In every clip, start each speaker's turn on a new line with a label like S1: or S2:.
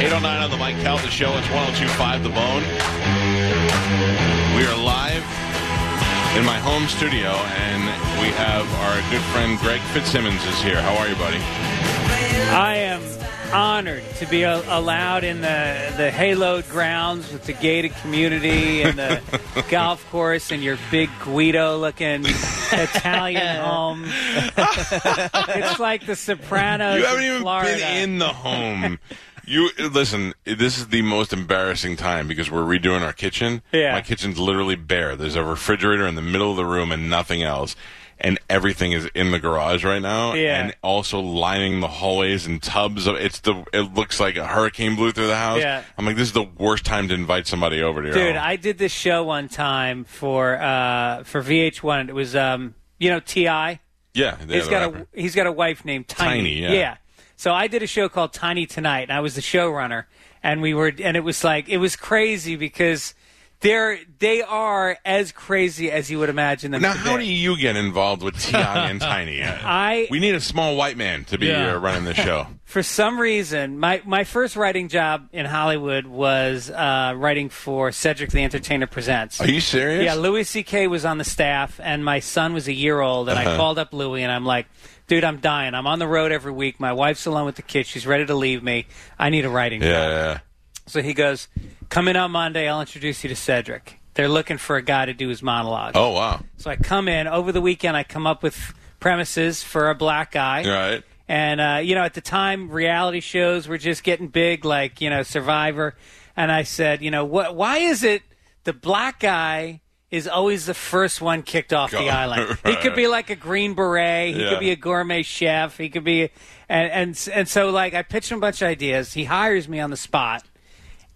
S1: Eight oh nine on the Mike Calvin Show. It's one zero two five The Bone. We are live in my home studio, and we have our good friend Greg Fitzsimmons is here. How are you, buddy?
S2: I am honored to be a- allowed in the, the Halo grounds with the gated community and the golf course and your big Guido looking Italian home. it's like the Sopranos.
S1: you haven't
S2: in
S1: even
S2: Florida.
S1: been in the home. You listen. This is the most embarrassing time because we're redoing our kitchen.
S2: Yeah.
S1: my kitchen's literally bare. There's a refrigerator in the middle of the room and nothing else, and everything is in the garage right now.
S2: Yeah.
S1: and also lining the hallways and tubs. Of, it's the. It looks like a hurricane blew through the house.
S2: Yeah.
S1: I'm like, this is the worst time to invite somebody over to your
S2: Dude,
S1: home.
S2: I did this show one time for uh, for VH1. It was um, you know Ti.
S1: yeah, yeah,
S2: he's
S1: the
S2: got
S1: rapper.
S2: a he's got a wife named Tiny.
S1: Tiny, yeah.
S2: So I did a show called Tiny Tonight, and I was the showrunner, and we were, and it was like it was crazy because they're they are as crazy as you would imagine them.
S1: Now,
S2: to
S1: how
S2: be.
S1: do you get involved with Ti and Tiny?
S2: I-
S1: we need a small white man to be
S3: Yeah.
S1: uh, running this show.
S2: for some reason, my, my first writing job in Hollywood was uh, writing for Cedric the Entertainer Presents.
S1: Are you serious?
S2: Yeah, Louis C.K. was on the staff, and my son was a year old, and
S1: Uh-huh.
S2: I called up Louis, and I'm like, dude, I'm dying. I'm on the road every week. My wife's alone with the kids. She's ready to leave me. I need a writing
S1: Yeah,
S2: job.
S1: yeah.
S2: So he goes, come in on Monday. I'll introduce you to Cedric. They're looking for a guy to do his monologue.
S1: Oh wow.
S2: So I come in. Over the weekend, I come up with premises for a black guy.
S1: Right.
S2: And uh, you know, at the time, reality shows were just getting big, like you know, Survivor. And I said, you know, what? Why is it the black guy is always the first one kicked off
S1: God,
S2: the island? He
S1: right.
S2: could be like a green beret. He
S1: Yeah.
S2: could be a gourmet chef. He could be, and and and so like I pitched him a bunch of ideas. He hires me on the spot.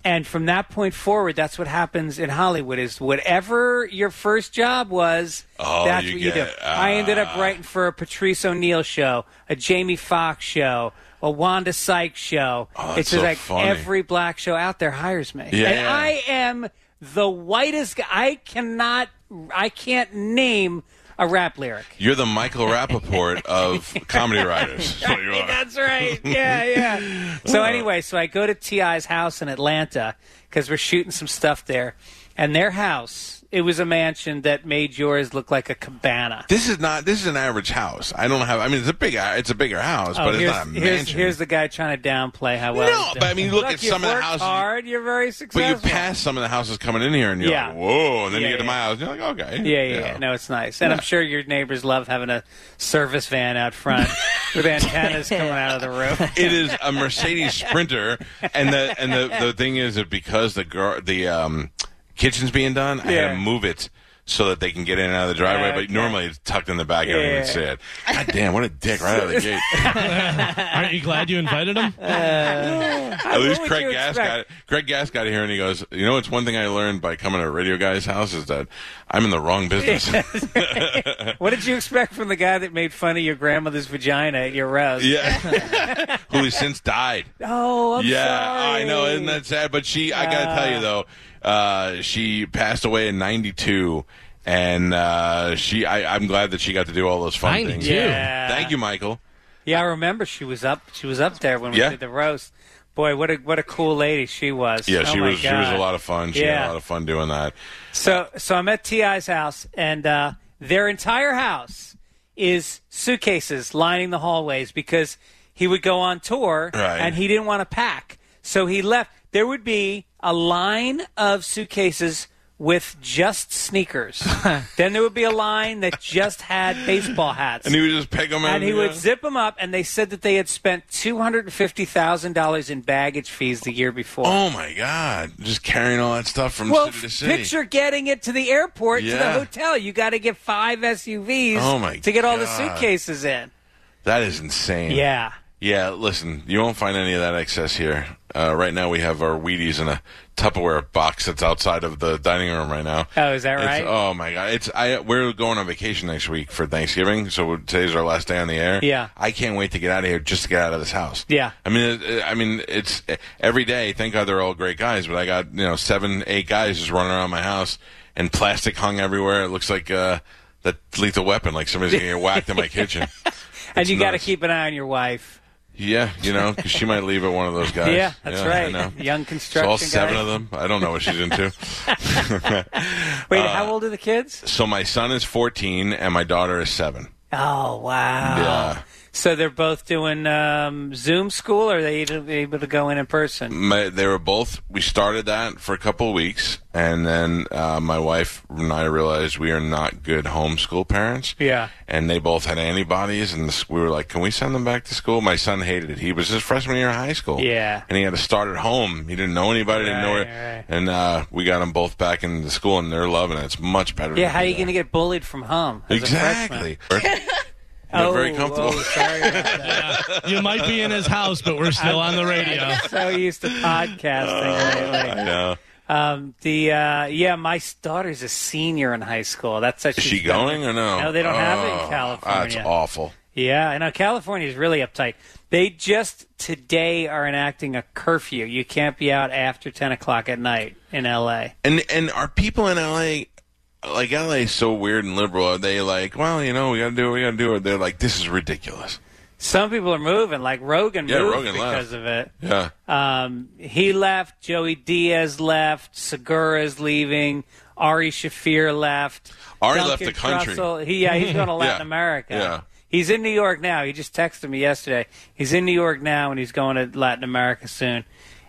S2: And from that point forward, that's what happens in Hollywood is whatever your first job was,
S1: Oh,
S2: that's
S1: you
S2: what you
S1: get-
S2: do. I ended up
S1: ah.
S2: writing for a Patrice O'Neill show, a Jamie Foxx show, a Wanda Sykes show.
S1: Oh, that's
S2: it's just
S1: so
S2: like
S1: funny.
S2: every black show out there hires me.
S1: Yeah,
S2: and
S1: yeah.
S2: I am the whitest guy. I cannot, I can't name a rap lyric.
S1: You're the Michael Rappaport of comedy writers. That's what Oh, you are. Uh.
S2: That's right. Yeah, yeah. so anyway, so I go to Ti's house in Atlanta because we're shooting some stuff there, and their house. It was a mansion that made yours look like a cabana.
S1: This is not. This is an average house. I don't have. I mean, it's a big. It's a bigger house,
S2: Oh,
S1: but it's
S2: here's,
S1: not a mansion.
S2: here's- here's the guy trying to downplay how well.
S1: No,
S2: he's doing.
S1: but I mean, look at
S2: you
S1: some of the
S2: worked
S1: houses-
S2: Hard, you're
S1: but
S2: very
S1: you
S2: successful.
S1: pass some of the houses coming in here, and you're
S2: Yeah.
S1: like, "Whoa!" And then
S2: Yeah,
S1: you get to
S2: yeah.
S1: my house, and you're like, "Okay."
S2: Yeah, yeah, yeah. No, it's nice, and I'm sure your neighbors love having a service van out front with antennas coming out of the roof.
S1: It is a Mercedes Sprinter, and the and the, the thing is that because the gar- the um, kitchen's being done, I had to
S2: Yeah.
S1: move it so that they can get in and out of the driveway. But
S2: Okay.
S1: normally it's tucked in the back. I don't
S2: Yeah.
S1: even see it. God damn! What a dick right out of the gate.
S3: Aren't you glad you invited him?
S1: At least
S2: Uh, would
S1: Craig
S2: you
S1: Gass
S2: expect?
S1: got Craig Gass got here and he goes, you know, it's one thing I learned by coming to a radio guy's house is that I'm in the wrong business.
S2: What did you expect from the guy that made fun of your grandmother's vagina at your roast?
S1: yeah, who has since died.
S2: Oh, I'm
S1: yeah,
S2: sorry.
S1: I know, isn't that sad? But she, I gotta tell you though, uh, she passed away in '92, and uh, she, I, I'm glad that she got to do all those fun things.
S3: 92.
S2: Yeah.
S1: Thank you, Michael.
S2: Yeah, I remember she was up. She was up there when we
S1: Yeah.
S2: did the roast. Boy, what a what a cool lady she was.
S1: Yeah,
S2: Oh
S1: she
S2: my
S1: was, she was a
S2: God.
S1: lot of fun. She had
S2: Yeah.
S1: a lot of fun doing that.
S2: So so I'm at Ti's house, and uh, their entire house is suitcases lining the hallways because he would go on tour
S1: Right.
S2: and he didn't want to pack, so he left. There would be a line of suitcases with just sneakers. then there would be a line that just had baseball hats.
S1: And he would just peg them
S2: And he would zip them up, and they said that they had spent two hundred and fifty thousand dollars in baggage fees the year before.
S1: Oh my God! Just carrying all that stuff from
S2: well,
S1: city to city.
S2: picture getting it to the airport to the
S1: Yeah.
S2: hotel. You got to get five SUVs
S1: Oh, my
S2: to get all the
S1: God.
S2: suitcases in.
S1: That is insane.
S2: Yeah.
S1: Yeah. Listen, you won't find any of that excess here. Uh, right now, we have our Wheaties in a Tupperware box that's outside of the dining room right now.
S2: Oh, is that
S1: It's-
S2: right?
S1: oh my god! It's I. We're going on vacation next week for Thanksgiving, so today's our last day on the air.
S2: Yeah.
S1: I can't wait to get out of here just to get out of this house.
S2: Yeah.
S1: I mean, it, I mean, it's every day. Thank God they're all great guys, but I got you know seven, eight guys just running around my house and plastic hung everywhere. It looks like uh, that lethal weapon. Like somebody's getting whacked in my kitchen.
S2: and you got to
S1: nuts.
S2: keep an eye on your wife.
S1: Yeah, you know, 'cause she might leave at one of those guys.
S2: Yeah, that's
S1: I
S2: right.
S1: know. So all
S2: Young construction
S1: seven
S2: guy.
S1: of them. I don't know what she's into.
S2: Wait,
S1: Uh,
S2: how old are the kids?
S1: so my son is 14 and my daughter is seven.
S2: Oh wow!
S1: Yeah.
S2: So they're both doing um, Zoom school, or are they able able to go in in person?
S1: my, they were both. We started that for a couple of weeks, and then uh, my wife and I realized we are not good homeschool parents.
S2: Yeah.
S1: and they both had antibodies, and the, s- we were like, "Can we send them back to school?" My son hated it. He was his freshman year of high school.
S2: Yeah.
S1: and he had to start at home. He didn't know anybody. didn't know
S2: Right,
S1: where.
S2: right.
S1: And uh, we got them both back into school, and they're loving it. It's much better.
S2: Yeah.
S1: to
S2: How are
S1: do
S2: you going to
S1: that.
S2: get bullied from home? as a freshman?
S1: exactly? They're
S2: Oh,
S1: very comfortable.
S2: Oh, sorry about that.
S3: You might be in his house, but we're still on the radio.
S2: so used to podcasting lately.
S1: I know.
S2: Um, the uh, yeah, my s- daughter's a senior in high school. That's
S1: Is she going or no?
S2: No, they don't have it in
S1: Oh,
S2: California.
S1: That's awful.
S2: Yeah, I know California is really uptight. They just today are enacting a curfew. You can't be out after ten o'clock at night in L.A.
S1: And and are people in LA like LA is so weird and liberal? Are they like, well, you know, we gotta do what we gotta do, or they're like, this is ridiculous?
S2: Some people are moving, like Rogan
S1: Yeah,
S2: moved
S1: Rogan left.
S2: because of it.
S1: Yeah,
S2: Um, he left. Joey Diaz left. Segura is leaving. Ari Shafir left.
S1: Ari
S2: Duncan
S1: left the country.
S2: Trussell- he, yeah, he's going to Latin America.
S1: yeah.
S2: He's in New York now. He just texted me yesterday. He's in New York now, and he's going to Latin America soon.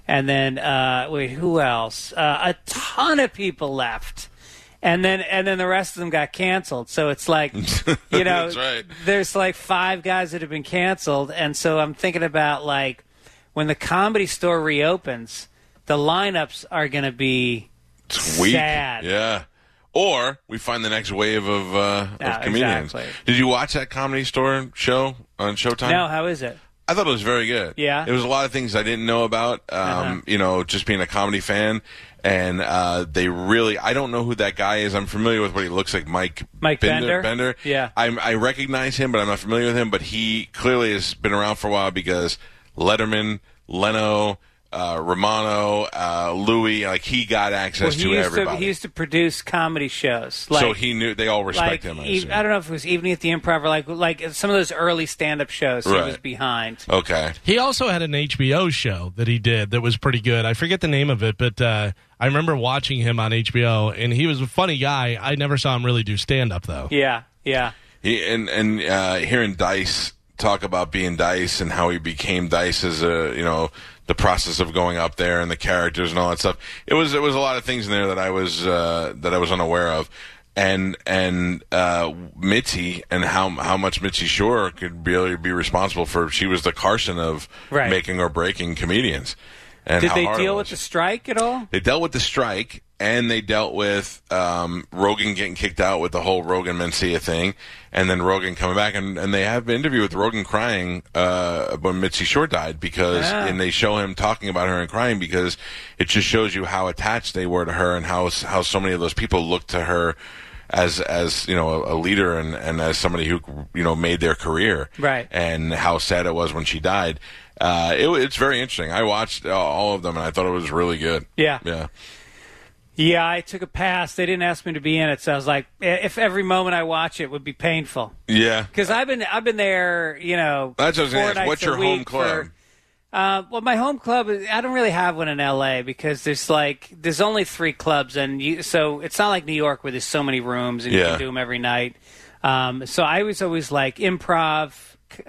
S2: And then, uh, wait, who else? Uh, a ton of people left. And then, and then the rest of them got canceled. So it's like, you know,
S1: That's right.
S2: there's like five guys that have been canceled, and so I'm thinking about like when the comedy store reopens, the lineups are going to be
S1: it's weak.
S2: Sad.
S1: Yeah. Or we find the next wave of, uh,
S2: Yeah,
S1: of comedians.
S2: exactly.
S1: Did you watch that comedy store show on Showtime?
S2: no. How is it?
S1: I thought it was very good.
S2: Yeah. Uh-huh.
S1: It was a lot of things I didn't know about, um, you know, just being a comedy fan. And uh, they really, I don't know who that guy is. I'm familiar with what he looks like, Mike,
S2: Mike Bender?
S1: Bender.
S2: Yeah.
S1: I'm, I recognize him, but I'm not familiar with him. But he clearly has been around for a while because Letterman, Leno, uh, Romano, uh, Louis, like he got
S2: Well,
S1: access
S2: he
S1: to
S2: used
S1: everybody.
S2: to he used to produce comedy shows. Like,
S1: so he knew they all
S2: like
S1: respect him. I
S2: eve-
S1: assume.
S2: I don't know if it was evening at the improv or like like some of those early stand up shows he
S1: Right.
S2: was behind.
S1: okay.
S3: He also had an HBO show that he did that was pretty good. I forget the name of it, but uh, I remember watching him on HBO, and he was a funny guy. I never saw him really do stand up though.
S2: Yeah, yeah.
S1: He and and uh, hearing Dice talk about being Dice and how he became Dice as a you know the process of going up there and the characters and all that stuff. It was it was a lot of things in there that I was uh, that I was unaware of. And and uh, Mitzi and how how much Mitzi Shore could really be responsible for she was the Carson of
S2: Right.
S1: making or breaking comedians. And
S2: Did
S1: how
S2: they
S1: hard it
S2: deal
S1: was.
S2: with the strike at all?
S1: They dealt with the strike, and they dealt with um, Rogan getting kicked out with the whole Rogan Mencia thing, and then Rogan coming back, and, and they have an interview with Rogan crying uh, when Mitzi Shore died because, and they show him talking about her and crying because it just shows you how attached they were to her and how how so many of those people looked to her as as you know a, a leader and, and as somebody who you know made their career
S2: Right.
S1: and how sad it was when she died. Uh, it, it's very interesting. I watched uh, all of them and I thought it was really good.
S2: Yeah.
S1: Yeah.
S2: Yeah, I took a pass. They didn't ask me to be in it, so I was like, eh, if every moment I watch it would be painful.
S1: Yeah.
S2: Because I've been I've been there, you know.
S1: That's what I was
S2: four
S1: going to ask.
S2: nights
S1: What's
S2: a
S1: your
S2: week
S1: home club?
S2: for- uh, well, my home club. is- I don't really have one in L.A. because there's like there's only three clubs, and you, so it's not like New York where there's so many rooms and you
S1: Yeah.
S2: can do them every night. Um, so I was always like improv,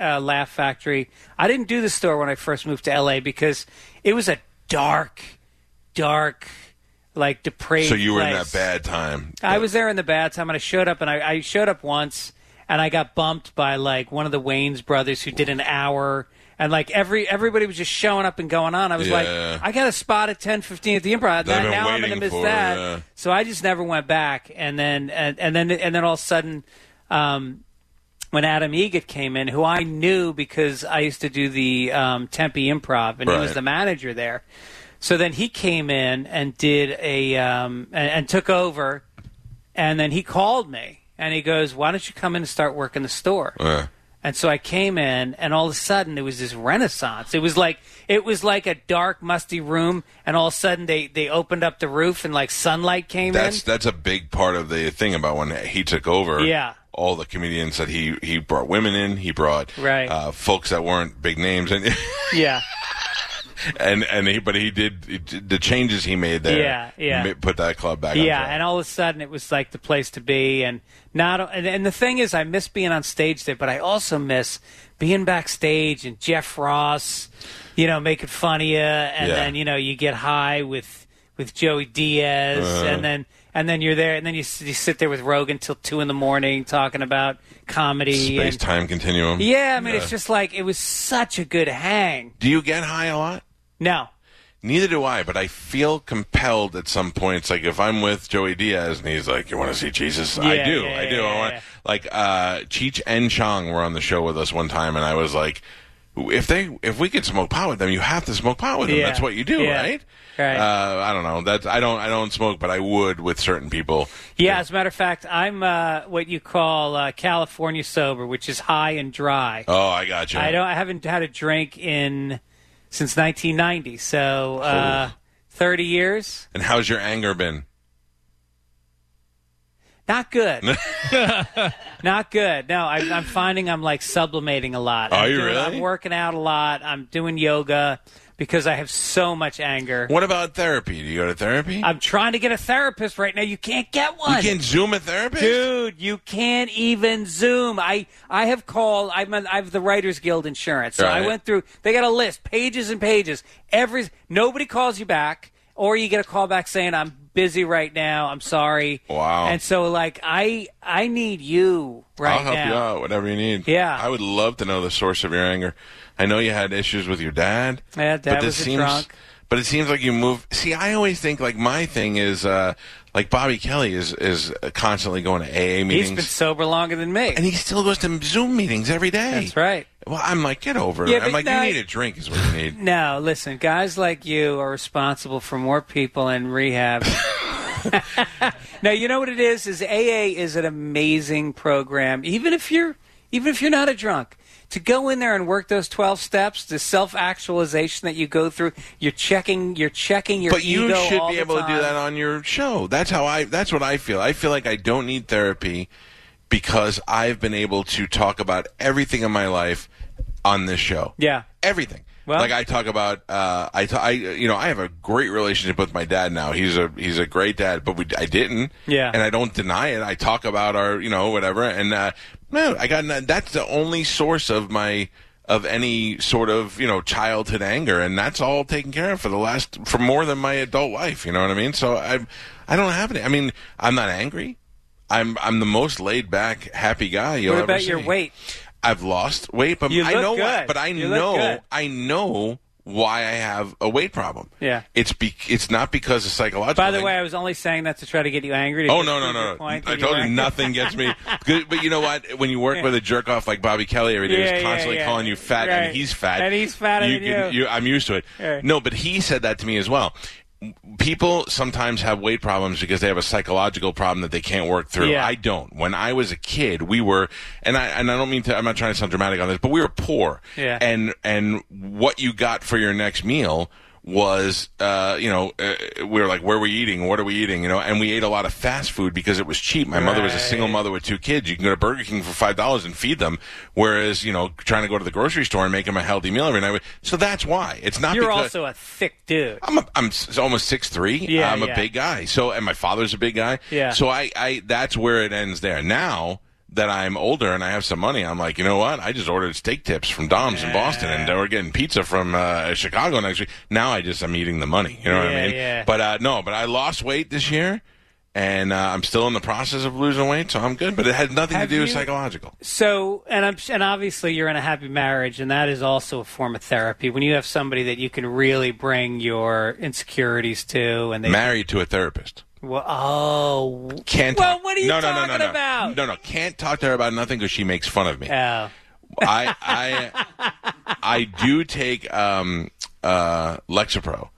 S2: uh, Laugh Factory. I didn't do the store when I first moved to L.A. because it was a dark, dark like depraved.
S1: So you were in
S2: place. Oh,
S1: that bad time.
S2: I was there in the bad time, and I showed up, and I, I showed up once, and I got bumped by like one of the Wayne's brothers who did an hour, and like every everybody was just showing up and going on. I was
S1: Yeah.
S2: like, I got a spot at ten fifteen at the Improv.
S1: That I've
S2: Now,
S1: been
S2: now I'm going to
S1: waiting
S2: miss
S1: for,
S2: that.
S1: yeah.
S2: So I just never went back, and then and, and then and then all of a sudden. Um, when Adam Egett came in, who I knew because I used to do the um, Tempe Improv, and he was
S1: Right.
S2: the manager there. So then he came in and did a um, and, and took over, and then he called me and he goes, "Why don't you come in and start working the store?"
S1: Yeah.
S2: And so I came in, and all of a sudden it was this renaissance. It was like it was like a dark, musty room, and all of a sudden they they opened up the roof and like sunlight came
S1: That's
S2: in.
S1: that's a big part of the thing about when he took over.
S2: Yeah.
S1: All the comedians that he he brought women in, he brought
S2: Right.
S1: uh, folks that weren't big names, and
S2: yeah,
S1: and and he but he did he did- the changes he made there.
S2: Yeah, yeah.
S1: ma- Put that club back. on
S2: yeah.
S1: track.
S2: And all of a sudden it was like the place to be, and not and, and the thing is, I miss being on stage there, but I also miss being backstage and Jeff Ross, you know, making fun of you, and
S1: Yeah.
S2: then you know you get high with with Joey Diaz,
S1: Uh-huh.
S2: and then. And then you're there, and then you, s- you sit there with Rogan till two in the morning talking about comedy.
S1: space
S2: and-
S1: time continuum.
S2: Yeah, I mean, it's just like it was such a good hang.
S1: Do you get high a lot?
S2: No,
S1: Neither do I, but I feel compelled at some points. Like if I'm with Joey Diaz and he's like, "You want to see Jesus?" I
S2: Yeah,
S1: do,
S2: yeah,
S1: I do.
S2: yeah,
S1: I want
S2: yeah.
S1: like uh, Cheech and Chong were on the show with us one time, and I was like, "If they, if we could smoke pot with them, you have to smoke pot with them.
S2: Yeah,
S1: That's what you do,
S2: yeah,
S1: right?"
S2: right.
S1: Uh, I don't know. That's I don't I don't smoke, but I would with certain people.
S2: Yeah, as a matter of fact, I'm uh, what you call uh, California sober, which is high and dry.
S1: Oh, I got you.
S2: I don't. I haven't had a drink in since 1990, so uh, 30 years.
S1: And how's your anger been?
S2: Not good. Not good. No, I, I'm finding I'm like sublimating a lot.
S1: Are
S2: I'm
S1: you
S2: doing-
S1: really?
S2: I'm working out a lot. I'm doing yoga because I have so much anger.
S1: What about therapy? Do you go to therapy?
S2: I'm trying to get a therapist right now. You can't get one.
S1: you can Zoom a therapist.
S2: Dude, you can't even Zoom. I I have called. I'm on, I have the Writers Guild insurance, so
S1: Right.
S2: I went through. They got a list, pages and pages. Every nobody calls you back, or you get a call back saying I'm busy right now. I'm sorry.
S1: Wow.
S2: And so like I I need you right
S1: I'll help
S2: now.
S1: you out, whatever you need.
S2: Yeah.
S1: I would love to know the source of your anger. I know you had issues with your dad.
S2: Yeah, dad
S1: but this
S2: was a
S1: seems,
S2: drunk.
S1: But it seems like you move. See, I always think like my thing is uh, like Bobby Kelly is is constantly going to AA
S2: He's
S1: meetings,
S2: been sober longer than me.
S1: and he still goes to Zoom meetings every day.
S2: That's right.
S1: Well, I'm like, get over it.
S2: Yeah,
S1: I'm
S2: but
S1: like,
S2: now-
S1: you need a drink is what you need.
S2: No, listen, guys like you are responsible for more people in rehab. now you know what it is is AA is an amazing program. Even if you're even if you're not a drunk, to go in there and work those 12 steps, the self-actualization that you go through, you're checking you're checking your
S1: but you
S2: ego
S1: should
S2: all
S1: be
S2: the
S1: able to do
S2: time.
S1: that on your show that's how i that's what i feel i feel like i don't need therapy because i've been able to talk about everything in my life on this show
S2: Yeah.
S1: everything
S2: Well-
S1: like I talk about, uh, I, ta- I, you know, I have a great relationship with my dad now. He's a he's a great dad, but we, I didn't,
S2: Yeah.
S1: and I don't deny it. I talk about our, you know, whatever, and uh, no, I got no- that's the only source of my of any sort of you know childhood anger, and that's all taken care of for the last for more than my adult life. You know what I mean? So I I don't have any. I mean, I'm not angry. I'm I'm the most laid back, happy guy you'll
S2: What
S1: ever
S2: about your
S1: see.
S2: weight?
S1: I've lost weight, but
S2: You
S1: I
S2: look
S1: know why.
S2: good.
S1: But I
S2: You look
S1: know
S2: good.
S1: I know why I have a weight problem.
S2: Yeah.
S1: it's be it's not because of psychological.
S2: By the
S1: thing.
S2: way, I was only saying that to try to get you angry. to
S1: Oh
S2: just
S1: no no
S2: prove your
S1: no! no. I
S2: point that
S1: told
S2: were-
S1: you nothing gets me. Good, but you know what? When you work with a jerk off like Bobby Kelly every day,
S2: Yeah,
S1: who's
S2: yeah,
S1: constantly
S2: yeah.
S1: calling you fat,
S2: Right.
S1: and he's fat,
S2: And he's fatter
S1: You
S2: than
S1: can-
S2: you.
S1: I'm used to it.
S2: Right.
S1: No, but he said that to me as well. People sometimes have weight problems because they have a psychological problem that they can't work through.
S2: Yeah.
S1: I don't. When I was a kid, we were, and I and I don't mean to. I'm not trying to sound dramatic on this, but we were poor.
S2: Yeah.
S1: And and what you got for your next meal was, uh, you know, uh, we were like, where are we eating? What are we eating? You know, and we ate a lot of fast food because it was cheap. My mother was a single mother with two kids. You can go to Burger King for five dollars and feed them, whereas you know, trying to go to the grocery store and make them a healthy meal every night. So that's why it's not.
S2: You're
S1: because-
S2: also a thick dude.
S1: I'm a, I'm s- almost six three.
S2: Yeah,
S1: I'm a
S2: yeah.
S1: big guy. So and my father's a big guy.
S2: Yeah.
S1: So I, I that's where it ends there. Now that I'm older and I have some money, I'm like, you know what? I just ordered steak tips from Dom's in Boston, and we're getting pizza from uh, Chicago next week. Now I just I'm eating the money. You know what
S2: Yeah,
S1: I mean?
S2: yeah.
S1: But uh, no, but I lost weight this year, and uh, I'm still in the process of losing weight, so I'm good. But it had nothing
S2: Have
S1: to do with
S2: you-
S1: psychological.
S2: So, and I'm, and obviously you're in a happy marriage, and that is also a form of therapy. When you have somebody that you can really bring your insecurities to, and they,
S1: Married to a therapist.
S2: well, oh,
S1: Can't.
S2: well,
S1: talk-
S2: what are you
S1: no, no,
S2: talking
S1: no, no, no.
S2: about?
S1: No, no, can't talk to her about nothing because she makes fun of me.
S2: Oh.
S1: I I I do take um, uh, Lexapro,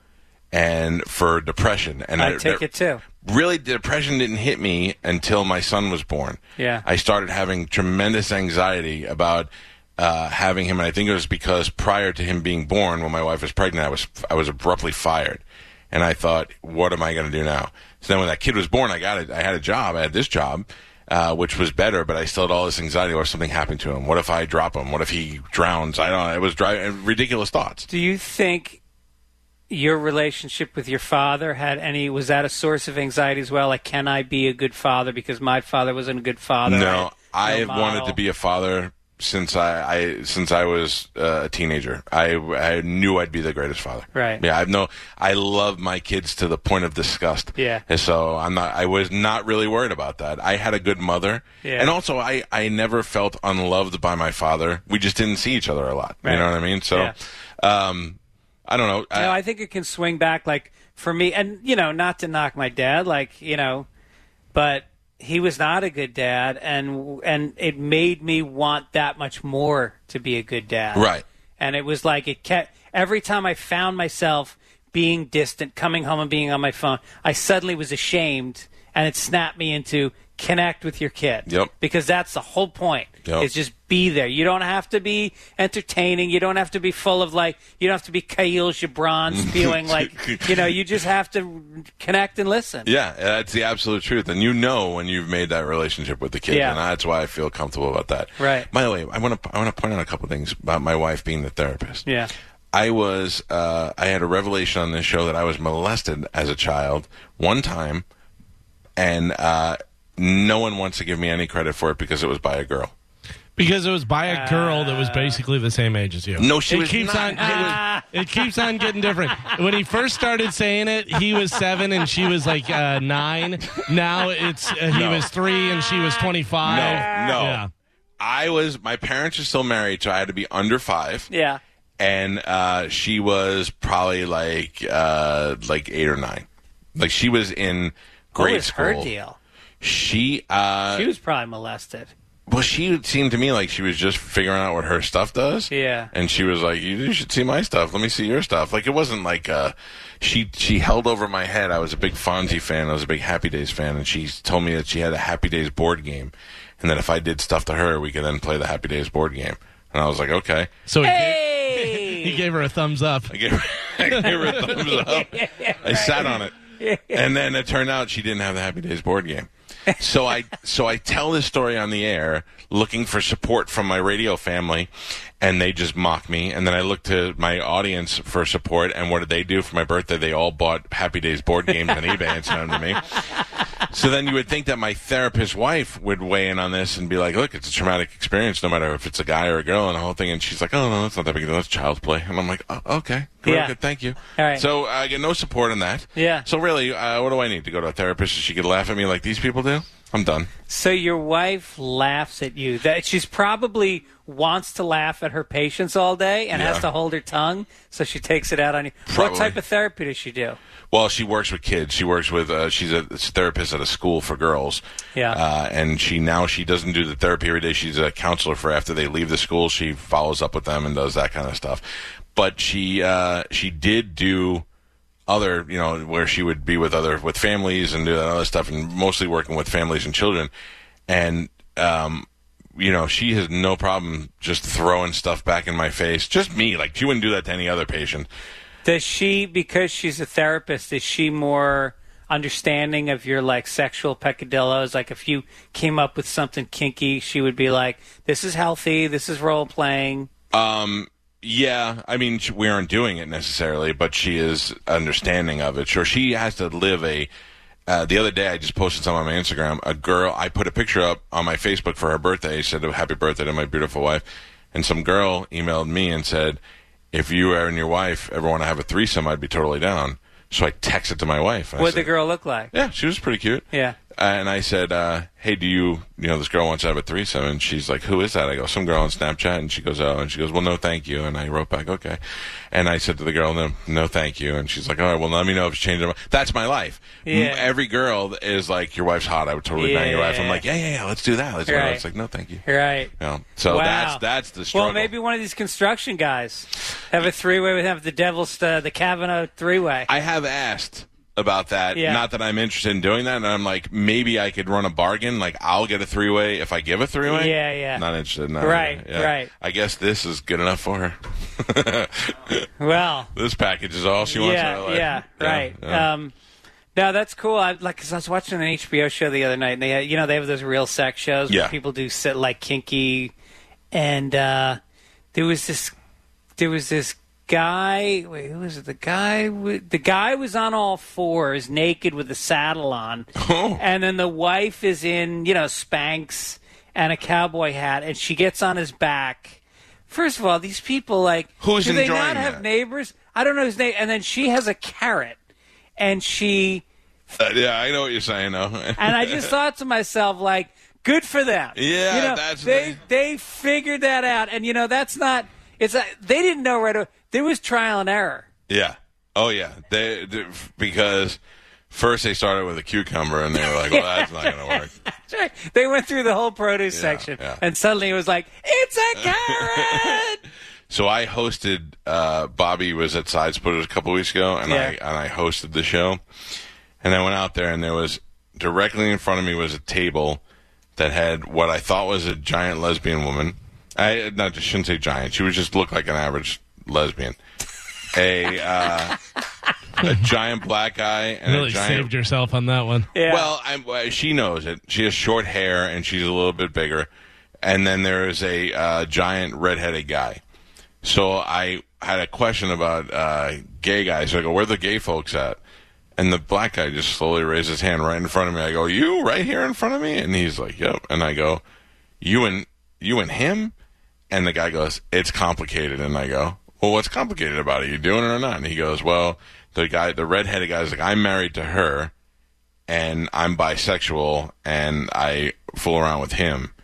S1: and for depression, and
S2: I
S1: they're-
S2: take
S1: they're-
S2: it too.
S1: Really, depression didn't hit me until my son was born.
S2: Yeah.
S1: I started having tremendous anxiety about uh, having him, and I think it was because prior to him being born, when my wife was pregnant, I was I was abruptly fired, and I thought, what am I going to do now? So then, when that kid was born, I got it. I had a job. I had this job. Uh, which was better, but I still had all this anxiety. What if something happened to him? What if I drop him? What if he drowns? I don't. know. It was driving ridiculous thoughts.
S2: Do you think your relationship with your father had any? Was that a source of anxiety as well? Like, can I be a good father because my father wasn't a good father?
S1: No, I
S2: no
S1: have wanted
S2: model.
S1: to be a father since I, I since I was uh, a teenager. I I knew I'd be the greatest father.
S2: Right.
S1: Yeah. I've no. I love my kids to the point of disgust.
S2: Yeah.
S1: And so I'm not. I was not really worried about that. I had a good mother.
S2: Yeah.
S1: And also, I I never felt unloved by my father. We just didn't see each other a lot. You
S2: Right.
S1: know what I mean? So,
S2: Yeah.
S1: um, I don't know.
S2: No, I think it can swing back. Like for me, and you know, not to knock my dad, like you know, but he was not a good dad, and and it made me want that much more to be a good dad.
S1: Right.
S2: And it was like it kept every time I found myself being distant, coming home and being on my phone, I suddenly was ashamed, and it snapped me into connect with your kid.
S1: Yep.
S2: Because that's the whole point.
S1: Yep.
S2: Is just be there. You don't have to be entertaining. You don't have to be full of like. You don't have to be Kyle Gibran spewing like. You know, you just have to connect and listen.
S1: Yeah, that's the absolute truth, and you know when you've made that relationship with the kid,
S2: Yeah.
S1: and that's why I feel comfortable about that.
S2: Right.
S1: By the way, I want to I want to point out a couple things about my wife being the therapist.
S2: Yeah.
S1: I was uh, I had a revelation on this show that I was molested as a child one time, and uh, no one wants to give me any credit for it because it was by a girl.
S3: Because it was by a girl that
S2: Ah.
S3: was basically the same age as you.
S1: No, she
S3: it
S1: was
S3: keeps
S1: not.
S3: on. It, it keeps on getting different. When he first started saying it, he was seven and she was like uh, nine. Now it's uh, he
S1: No.
S3: was three and she was twenty
S1: No,
S3: five.
S1: no.
S2: Ah.
S3: Yeah.
S1: I was. My parents are still married, so I had to be under five.
S2: Yeah.
S1: and uh, she was probably like uh, like eight or nine. Like she was in grade
S2: what was
S1: school.
S2: her deal?
S1: She uh,
S2: She was probably molested.
S1: well, she seemed to me like she was just figuring out what her stuff does.
S2: Yeah.
S1: and she was like, "You you should see my stuff. Let me see your stuff." Like it wasn't like uh, she she held over my head. I was a big Fonzie fan. I was a big Happy Days fan, and she told me that she had a Happy Days board game, and that if I did stuff to her, we could then play the Happy Days board game. And I was like, "Okay."
S3: So he,
S2: Hey.
S3: he gave her a thumbs up.
S1: I gave her, I gave her a thumbs up. I sat on it, and then it turned out she didn't have the Happy Days board game. So I so I tell this story on the air, looking for support from my radio family, and they just mock me. And then I look to my audience for support, and what did they do for my birthday? They all bought Happy Days board games on eBay and sent them to me. So then you would think that my therapist wife would weigh in on this and be like, look, it's a traumatic experience, no matter if it's a guy or a girl and the whole thing. And she's like, oh, no, that's not that big a deal. That's child's play. And I'm like, oh, okay. Good,
S2: Yeah.
S1: good. Thank you.
S2: All right.
S1: So uh, I get no support on that.
S2: Yeah.
S1: So really, uh, what do I need? To go to a therapist so she could laugh at me like these people do? I'm done.
S2: So your wife laughs at you. That she's probably wants to laugh at her patients all day and
S1: Yeah.
S2: has to hold her tongue, so she takes it out on you.
S1: Probably.
S2: What type of therapy does she do?
S1: Well, she works with kids. She works with uh, she's a therapist at a school for girls.
S2: Yeah.
S1: Uh, and she now she doesn't do the therapy every day. She's a counselor for after they leave the school. She follows up with them and does that kind of stuff. But she uh, she did do other you know where she would be with other with families and do that other stuff and mostly working with families and children. And um, you know, she has no problem just throwing stuff back in my face. Just me, like she wouldn't do that to any other patient.
S2: Does she, because she's a therapist, is she more understanding of your like sexual peccadillos? Like if you came up with something kinky, she would be like, "This is healthy. This is role playing."
S1: Yeah, I mean, sh- we aren't doing it necessarily, but she is understanding of it. Sure, she has to live a uh, the other day I just posted something on my Instagram. A girl, I put a picture up on my Facebook for her birthday. Said "Oh, happy birthday to my beautiful wife, and some girl emailed me and said, if you and your wife ever want to have a threesome, I'd be totally down. So I texted to my wife. and I
S2: What'd the
S1: said-
S2: girl look like?
S1: Yeah, she was pretty cute.
S2: Yeah.
S1: Uh, and I said, uh, "Hey, do you, you know, this girl wants to have a threesome?" And she's like, "Who is that?" I go, "Some girl on Snapchat." And she goes, "Oh," and she goes, "Well, no, thank you." And I wrote back, "Okay." And I said to the girl, "No, no, thank you." And she's like, "All right, well, let me know if she changed her mind." That's my life. M-
S2: Yeah.
S1: Every girl is like, "Your wife's hot. I would totally bang your wife." I'm
S2: Yeah.
S1: like, "Yeah, yeah, yeah. Let's do that." Let's do that."
S2: Right.
S1: It's like, "No, thank you."
S2: Right.
S1: You know, so
S2: Wow.
S1: Oh, that's that's the struggle.
S2: Well, maybe one of these construction guys have a three-way with have the devil's uh, the Kavanaugh three-way.
S1: I have asked about that.
S2: Yeah.
S1: Not that I'm interested in doing that. And I'm like, maybe I could run a bargain. Like, I'll get a three way if I give a three way.
S2: Yeah, yeah.
S1: Not interested in that.
S2: Right,
S1: Yeah.
S2: right.
S1: I guess this is good enough for her.
S2: well,
S1: this package is all she wants in her
S2: yeah,
S1: life.
S2: yeah, right.
S1: yeah.
S2: Um, no, that's cool. I, like, 'cause I was watching an HBO show the other night, and they, had, you know, they have those real sex shows
S1: Yeah.
S2: where people do sit like kinky, and uh, there was this, there was this guy. Wait, who was it? The guy, w- the guy was on all fours, naked with a saddle on,
S1: Oh,
S2: and then the wife is in, you know, Spanx and a cowboy hat, and she gets on his back. First of all, these people like
S1: Who's
S2: do they
S1: enjoying
S2: not have
S1: that?
S2: neighbors? I don't know his name. And then she has a carrot, and she
S1: Uh, yeah, I know what you're saying, though.
S2: and I just thought to myself like, good for them.
S1: Yeah,
S2: you know,
S1: that's
S2: they
S1: nice.
S2: they figured that out, and you know that's not it's a, they didn't know right away. There was trial and error.
S1: yeah. Oh, yeah. They, they- Because first they started with a cucumber and they were like, well, that's not going to work.
S2: That's right. They went through the whole produce section,
S1: yeah.
S2: and suddenly it was like, it's a carrot.
S1: So I hosted. Uh, Bobby was at Sidesplitters a couple weeks ago, and I
S2: Yeah.
S1: and I hosted the show. And I went out there, and there was directly in front of me was a table that had what I thought was a giant lesbian woman. I not I shouldn't say giant. She was just looked like an average lesbian. A uh, a giant black guy and
S3: Really
S1: a giant
S3: saved yourself on that one.
S2: yeah.
S1: well, I'm, uh, she knows it. She has short hair and she's a little bit bigger. And then there is a uh, giant redheaded guy. So I had a question about uh, gay guys. I go, where are the gay folks at? And the black guy just slowly raised his hand right in front of me. I go, you right here in front of me? And he's like, yep. And I go, you and you and him? And the guy goes, It's complicated. And I go, Well, what's complicated about it? You doing it or not? And he goes, Well, the guy, the redheaded guy's like, I'm married to her and I'm bisexual and I fool around with him.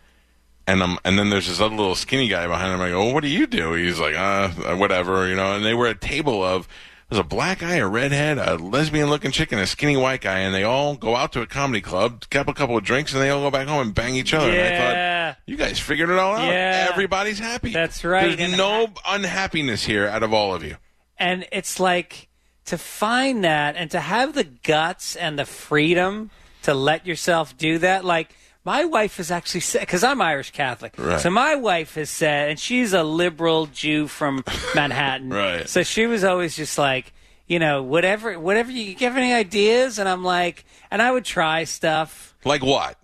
S1: And I'm, and then there's this other little skinny guy behind him. I go, well, what do you do? He's like, uh, whatever, you know. And they were at a table of there's a black guy, a redhead, a lesbian looking chick, and a skinny white guy, and they all go out to a comedy club, have a couple of drinks, and they all go back home and bang each other. And I
S2: Yeah.
S1: thought, you guys figured it all out.
S2: Yeah.
S1: Everybody's happy.
S2: That's right.
S1: There's
S2: And-
S1: no unhappiness here out of all of you.
S2: and it's like to find that and to have the guts and the freedom to let yourself do that like my wife has actually said because i'm irish catholic
S1: Right.
S2: so my wife has said and she's a liberal jew from manhattan
S1: Right.
S2: so she was always just like you know whatever whatever you you have any ideas and i'm like and i would try stuff
S1: Like what?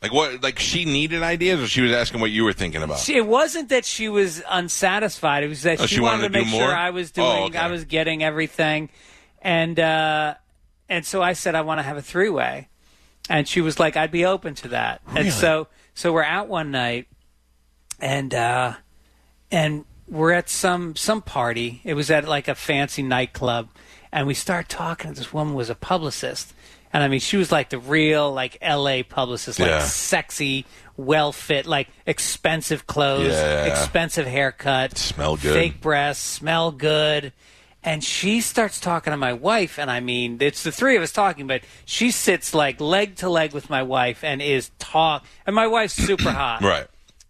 S1: Like what? Like she needed ideas, or she was asking what you were thinking about?
S2: She- it wasn't that she was unsatisfied. It was that
S1: Oh,
S2: she,
S1: she wanted
S2: wanted,
S1: to
S2: to
S1: do
S2: make
S1: more?
S2: sure I was
S1: Oh,
S2: doing,
S1: okay.
S2: I was getting everything, and uh, and so I said I want to have a three way, and she was like, I'd be open to that, and so so we're out one night, and uh, and we're at some some party. It was at like a fancy nightclub, and we start talking. And this woman was a publicist, and I mean, she was like the real like L.A. publicist, like
S1: Yeah.
S2: sexy, well fit, like expensive clothes,
S1: Yeah.
S2: expensive haircut,
S1: Smell good.
S2: fake breasts, smell good. And she starts talking to my wife, and I mean, it's the three of us talking, but she sits like leg to leg with my wife and is talk. And my wife's super hot,
S1: Right.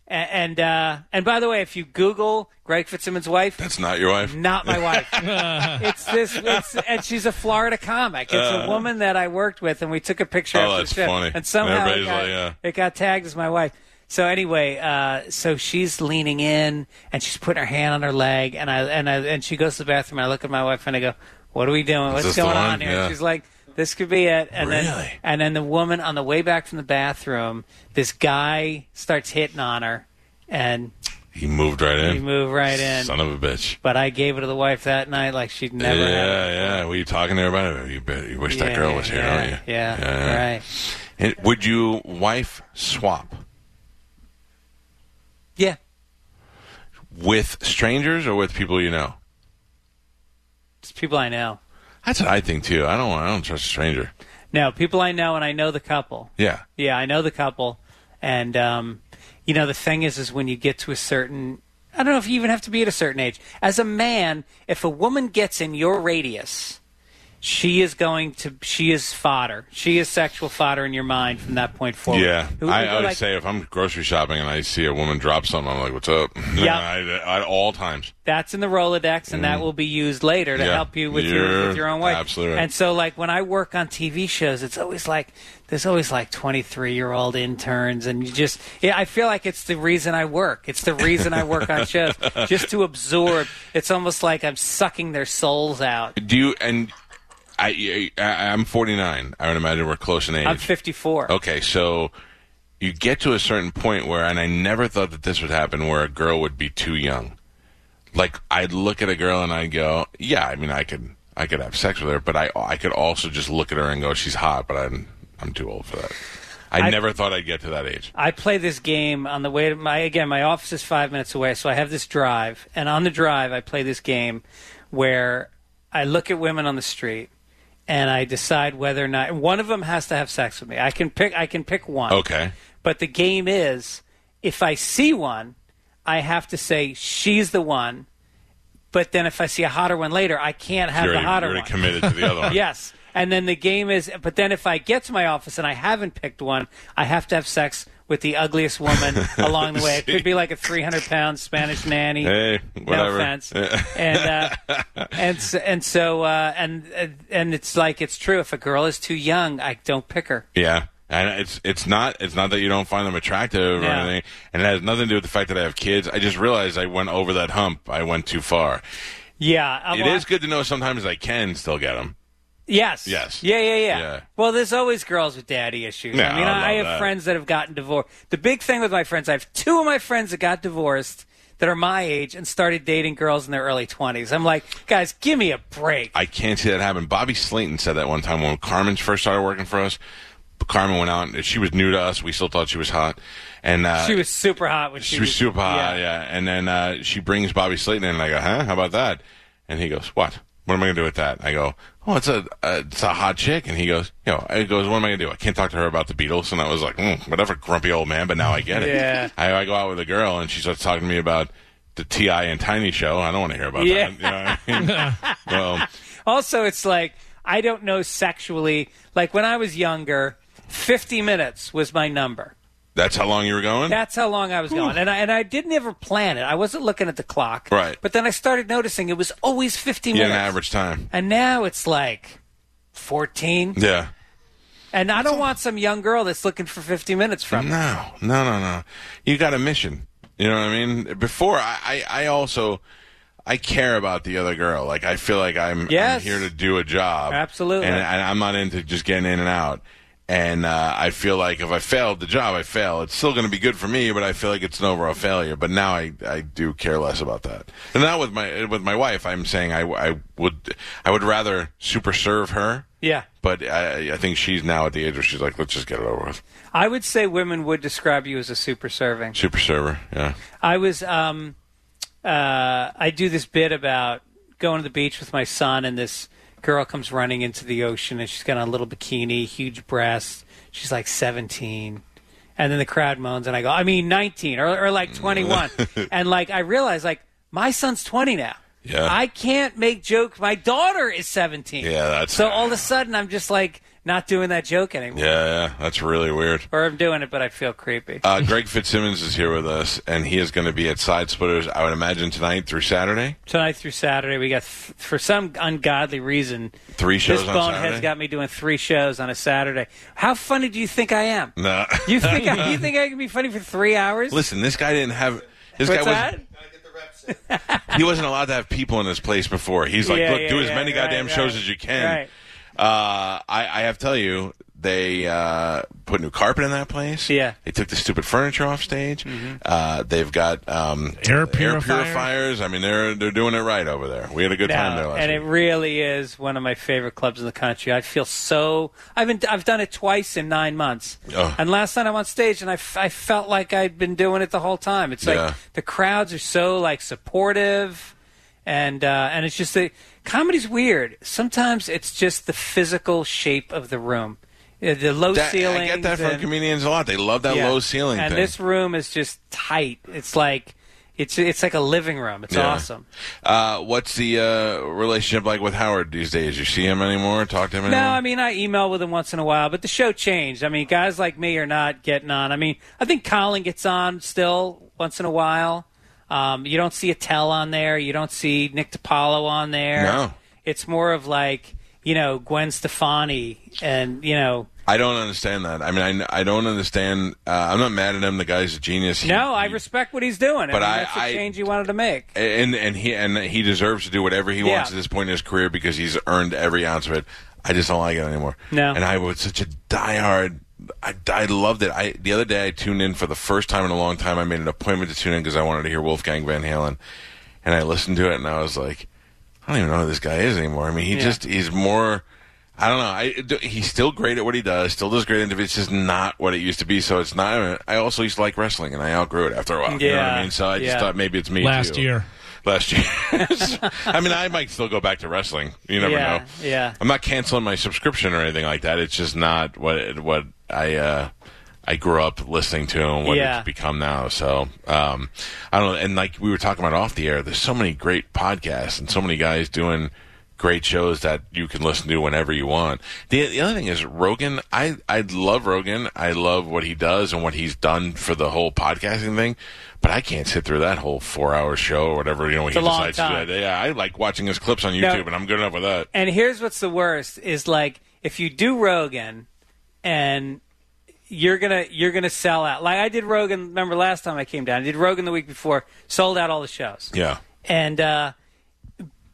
S2: a- and uh, and by the way, if you Google Greg Fitzsimmons' wife,
S1: That's not your wife.
S2: not my wife. it's this, it's, and she's a Florida comic. It's a woman that I worked with, and we took a picture.
S1: Uh. Oh,
S2: after
S1: that's
S2: the show,
S1: funny.
S2: And somehow
S1: Everybody's
S2: it got,
S1: like, yeah.
S2: it got tagged as my wife. So anyway, uh, so she's leaning in and she's putting her hand on her leg, and I and I, and she goes to the bathroom. And I look at my wife and I go, "What are we doing?
S1: this
S2: What's
S1: the
S2: going
S1: one?
S2: on here?"
S1: Yeah.
S2: And she's like, "This could be it." And then
S1: Really?
S2: and then the woman on the way back from the bathroom, this guy starts hitting on her, and
S1: He moved right in.
S2: He moved right in.
S1: Son of a bitch.
S2: But I gave it to the wife that night like she'd never.
S1: yeah,
S2: had it.
S1: yeah. Were you talking to her about it? You, bet, you wish that
S2: Yeah,
S1: girl was here,
S2: yeah,
S1: don't you?
S2: Yeah, right.
S1: And would you wife swap
S2: Yeah,
S1: with strangers or with people you know?
S2: it's people I know.
S1: That's what I think too. I don't. I don't trust a stranger.
S2: No, people I know, and I know the couple.
S1: Yeah.
S2: Yeah, I know the couple, and um, you know the thing is, is when you get to a certain, I don't know if you even have to be at a certain age. As a man, if a woman gets in your radius, she is going to, she is fodder. She is sexual fodder in your mind from that point forward.
S1: Yeah,
S2: Who-
S1: I
S2: who,
S1: always
S2: like,
S1: say if I'm grocery shopping and I see a woman drop something, I'm like, "What's up?"
S2: Yeah.
S1: I- at all times.
S2: that's in the Rolodex, and that will be used later to
S1: Mm. Yeah.
S2: help you with your
S1: You're
S2: with your own way.
S1: absolutely right.
S2: And so, like when I work on TV shows, it's always like there's always like 23 year old interns, and you just yeah, I feel like it's the reason I work. It's the reason I work on shows just to absorb. It's almost like I'm sucking their souls out.
S1: Do you? And I, I, I'm 49. I would imagine we're close in age.
S2: I'm 54.
S1: Okay, so you get to a certain point where, and I never thought that this would happen, where a girl would be too young. Like I'd look at a girl and I go, yeah, I mean, I could, I could have sex with her, but I, I could also just look at her and go, she's hot, but I'm, I'm too old for that. I,
S2: I-
S1: never thought I'd get to that age.
S2: I play this game on the way to my again. My office is five minutes away, so I have this drive, and on the drive, I play this game where I look at women on the street and I decide whether or not one of them has to have sex with me. I can pick. I can pick one.
S1: Okay.
S2: But the game is, if I see one, I have to say she's the one. But then if I see a hotter one later, I can't have
S1: You're
S2: the
S1: already,
S2: hotter
S1: you're already
S2: one.
S1: committed to the other one.
S2: Yes. And then the game is, but then if I get to my office and I haven't picked one, I have to have sex with the ugliest woman along the way. It could be like a 300 pound Spanish nanny.
S1: Hey,
S2: No
S1: whatever.
S2: offense. and, uh, and, so, and so, uh, and, and it's like, it's true. If a girl is too young, I don't pick her.
S1: Yeah. And it's it's not it's not that you don't find them attractive or
S2: Yeah.
S1: anything, and it has nothing to do with the fact that I have kids. I just realized I went over that hump. I went too far.
S2: Yeah.
S1: It is good to know sometimes I can still get them.
S2: Yes.
S1: Yes.
S2: Yeah, yeah, yeah.
S1: Yeah.
S2: Well, there's always girls with daddy issues.
S1: Yeah,
S2: I mean,
S1: I love
S2: I, I have
S1: that.
S2: friends that have gotten divorced. The big thing with my friends, I have two of my friends that got divorced that are my age and started dating girls in their early 20s. I'm like, guys, give me a break.
S1: I can't see that happen. Bobby Slayton said that one time when Carmen first started working for us. Carmen went out. and She was new to us. We still thought she was hot, and uh,
S2: she was super hot when she,
S1: she was super hot. Yeah,
S2: Yeah.
S1: and then uh, she brings Bobby Slayton in, and I go, "Huh? How about that?" And he goes, "What? What am I going to do with that?" I go, "Oh, it's a uh, it's a hot chick." And he goes, "You know," he goes, "What am I going to do? I can't talk to her about the Beatles." And I was like, mm, "Whatever, grumpy old man." But now I get it.
S2: Yeah.
S1: I, I go out with a girl, and she starts talking to me about the Ti and Tiny show. I don't want to hear about
S2: Yeah.
S1: that. You know what I mean? well,
S2: Also, it's like, I don't know sexually. Like when I was younger, 50 minutes was my number.
S1: that's how long you were going.
S2: That's how long I was going, and I and I didn't ever plan it. I wasn't looking at the clock,
S1: Right.
S2: But then I started noticing it was always fifteen
S1: yeah, an
S2: minutes.
S1: average time.
S2: And now it's like 14.
S1: Yeah.
S2: And I don't want some young girl that's looking for 50 minutes from me.
S1: No, no, no, no. You got a mission. You know what I mean? Before, I, I, I also, I care about the other girl. Like, I feel like I'm, I'm
S2: Yes.
S1: here to do a job.
S2: Absolutely.
S1: And, and I'm not into just getting in and out. And uh, I feel like if I failed the job, I fail. It's still going to be good for me, but I feel like it's an overall failure. But now I, I do care less about that. And now with my with my wife, I'm saying I, I would I would rather super serve her.
S2: Yeah.
S1: But I, I think she's now at the age where she's like, let's just get it over with.
S2: I would say women would describe you as a super serving.
S1: Super server. Yeah.
S2: I was, um, uh, I do this bit about going to the beach with my son, and this girl comes running into the ocean, and she's got on a little bikini, huge breasts. She's like 17. And then the crowd moans, and I go, I mean, 19 or, or like 21. and like, I realize, like, my son's 20 now.
S1: Yeah.
S2: I can't make jokes. My daughter is 17.
S1: Yeah, that's-
S2: So all of a sudden, I'm just like, not doing that joke anymore.
S1: Yeah, yeah, that's really weird.
S2: Or I'm doing it, but I feel creepy.
S1: Uh, Greg Fitzsimmons is here with us, and he is going to be at Side Splitters, I would imagine, tonight through Saturday.
S2: tonight through Saturday. We got, th- for some ungodly reason,
S1: Three shows
S2: This
S1: on
S2: bonehead's
S1: Saturday?
S2: got me doing three shows on a Saturday. How funny do you think I am?
S1: No.
S2: You think I, you think I can be funny for three hours?
S1: Listen, this guy didn't have. This
S2: What's
S1: guy wasn't,
S2: that?
S1: he wasn't allowed to have people in his place before. He's like,
S2: Yeah,
S1: look,
S2: yeah,
S1: do as
S2: yeah,
S1: many
S2: right,
S1: goddamn
S2: right,
S1: shows as you can.
S2: right.
S1: Uh, I, I have to tell you, They uh, put new carpet in that place.
S2: Yeah. Mm-hmm.
S1: They took the stupid furniture off stage. Uh, they've got um,
S3: Air purifier.
S1: purifiers. I mean, they're they're doing it right over there. We had a good time there
S2: No,
S1: last
S2: and
S1: week.
S2: it really is one of my favorite clubs in the country. I feel so. I've been. I've done it twice in nine months.
S1: Oh.
S2: And last night I'm on stage, and I, f- I felt like I'd been doing it the whole time. It's
S1: Yeah.
S2: like the crowds are so like supportive, and uh, and it's just the comedy's weird. Sometimes it's just the physical shape of the room, Uh, the low
S1: That-
S2: ceilings.
S1: I get that from
S2: and-
S1: comedians a lot. They love that
S2: yeah.
S1: low ceiling
S2: And
S1: thing.
S2: this room is just tight. It's like. It's, it's like a living room. It's
S1: Yeah.
S2: awesome.
S1: Uh, what's the uh, relationship like with Howard these days? You see him anymore? Talk to him anymore?
S2: No, I mean I email with him once in a while, but the show changed. I mean, guys like me are not getting on. I mean, I think Colin gets on still once in a while. Um, you don't see Attell on there. You don't see Nick DiPaolo on there.
S1: No.
S2: it's more of like you know Gwen Stefani and you know.
S1: I don't understand that. I mean, I n- I, don't understand. Uh, I'm not mad at him. The guy's a genius. He-
S2: No, I
S1: he-
S2: respect what he's doing.
S1: But
S2: I
S1: I-
S2: mean, that's the
S1: I-
S2: change you wanted to make.
S1: and and he and he deserves to do whatever he wants
S2: Yeah.
S1: at this point in his career because he's earned every ounce of it. I just don't like it anymore.
S2: No.
S1: and I was such a diehard. I, I loved it. I the other day I tuned in for the first time in a long time. I made an appointment to tune in because I wanted to hear Wolfgang Van Halen, and I listened to it and I was like, I don't even know who this guy is anymore. I mean, he just he's more. I don't know. I, he's still great at what he does. Still does great interviews. It's just not what it used to be. So it's not. I also used to like wrestling, and I outgrew it after a while. You know what I
S2: Yeah,
S1: mean? So I just
S2: yeah.
S1: thought maybe it's me
S3: Last
S1: too.
S3: year.
S1: Last year. I mean, I might still go back to wrestling. You never
S2: Yeah,
S1: know.
S2: yeah.
S1: I'm not canceling my subscription or anything like that. It's just not what what I uh, I grew up listening to and what
S2: Yeah.
S1: it's become now. So um, I don't know. And like we were talking about off the air, there's so many great podcasts and so many guys doing great shows that you can listen to whenever you want. The, the other thing is Rogan. I I love Rogan. I love what he does and what he's done for the whole podcasting thing. But I can't sit through that whole four-hour show or whatever you know he
S2: a long
S1: decides to
S2: time.
S1: do. That. Yeah, I like watching his clips on YouTube,
S2: No.
S1: and I'm good enough with that.
S2: And here's what's the worst is like if you do Rogan and you're gonna you're gonna sell out. Like I did Rogan. Remember last time I came down, I did Rogan the week before, sold out all the shows.
S1: Yeah.
S2: And uh,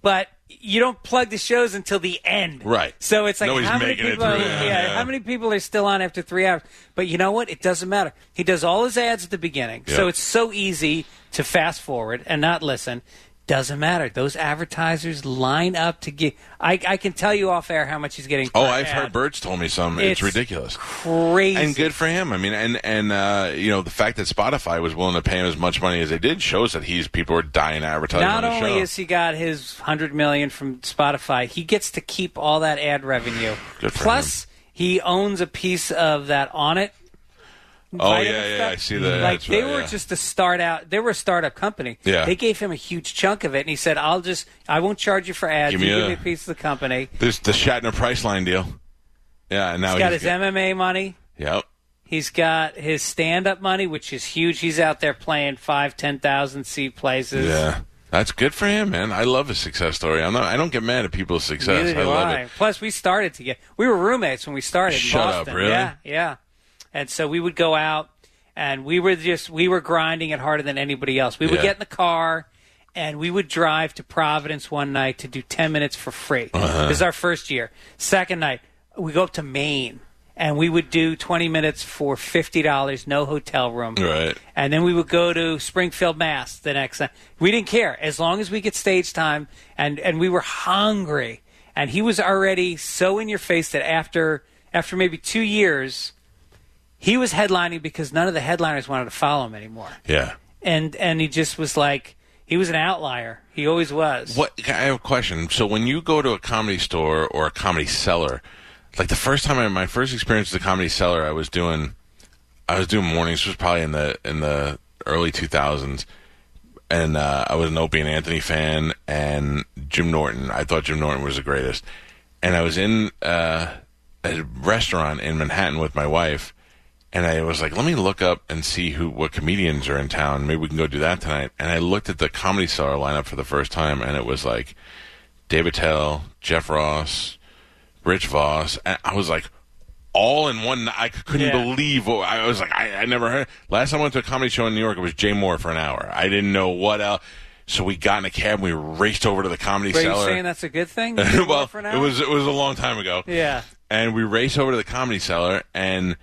S2: but you don't plug the shows until the end,
S1: Right.
S2: So it's like
S1: Nobody's
S2: how many
S1: making it
S2: people?
S1: through
S2: are,
S1: the end, yeah.
S2: how many people are still on after three hours? But you know what? It doesn't matter. He does all his ads at the beginning, so
S1: Yeah.
S2: it's so easy to fast forward and not listen. Doesn't matter. Those advertisers line up to get. I, I can tell you off air how much he's getting.
S1: Oh,
S2: per
S1: I've
S2: ad.
S1: heard Birds told me some. It's,
S2: It's
S1: ridiculous.
S2: Crazy.
S1: And good for him. I mean, and and uh, you know the fact that Spotify was willing to pay him as much money as they did shows that he's people are dying advertising
S2: Not
S1: on the
S2: only
S1: show.
S2: has he got his hundred million from Spotify, he gets to keep all that ad revenue.
S1: Good for
S2: Plus, he owns a piece of that on it.
S1: oh yeah, yeah, yeah, I see that.
S2: Like
S1: That's
S2: they
S1: right,
S2: were
S1: yeah.
S2: just a start out. They were a startup company.
S1: Yeah.
S2: They gave him a huge chunk of it, and he said, "I'll just, I won't charge you for ads.
S1: Give
S2: Give
S1: me
S2: me,
S1: a-
S2: give me a piece of the company."
S1: There's the Shatner Priceline deal. Yeah, and now
S2: He's got his MMA money.
S1: Yep.
S2: He's got his stand-up money, which is huge. He's out there playing five, ten thousand seat places.
S1: Yeah. That's good for him, man. I love his success story. I'm not. I don't get mad at people's success.
S2: Neither
S1: I
S2: do
S1: love
S2: I.
S1: it.
S2: Plus, we started together. We were roommates when we started. in
S1: Shut up,
S2: Boston.
S1: really?
S2: Yeah, yeah. And so we would go out, and we were just we were grinding it harder than anybody else. We would
S1: Yeah.
S2: get in the car, and we would drive to Providence one night to do ten minutes for free.
S1: Uh-huh.
S2: This is our first year. Second night, we go up to Maine. And we would do 20 minutes for $50, no hotel room.
S1: Right.
S2: And then we would go to Springfield, Mass. the next time. We didn't care as long as we get stage time, and and we were hungry. And he was already so in your face that after after maybe two years, he was headlining because none of the headliners wanted to follow him anymore.
S1: Yeah.
S2: And and he just was like he was an outlier. He always was.
S1: What I have a question. So when you go to a comedy store or a comedy cellar, like the first time I, my first experience with a comedy cellar, I was doing, I was doing mornings. This was probably in the in the early two thousands, and uh, I was an Opie and Anthony fan and Jim Norton. I thought Jim Norton was the greatest, and I was in uh, a restaurant in Manhattan with my wife. And I was like, let me look up and see who what comedians are in town. Maybe we can go do that tonight. And I looked at the comedy cellar lineup for the first time, and it was like David Tell, Jeff Ross, Rich Voss. And I was like, all in one. I couldn't
S2: Yeah.
S1: believe what I was like. I, I never heard. Last time I went to a comedy show in New York, it was Jay Moore for an hour. I didn't know what else. So we got in a cab and we raced over to the comedy
S2: Are you
S1: cellar.
S2: saying that's a good thing?
S1: well,
S2: For now?
S1: it was it was a long time ago.
S2: Yeah.
S1: and we race over to the comedy cellar and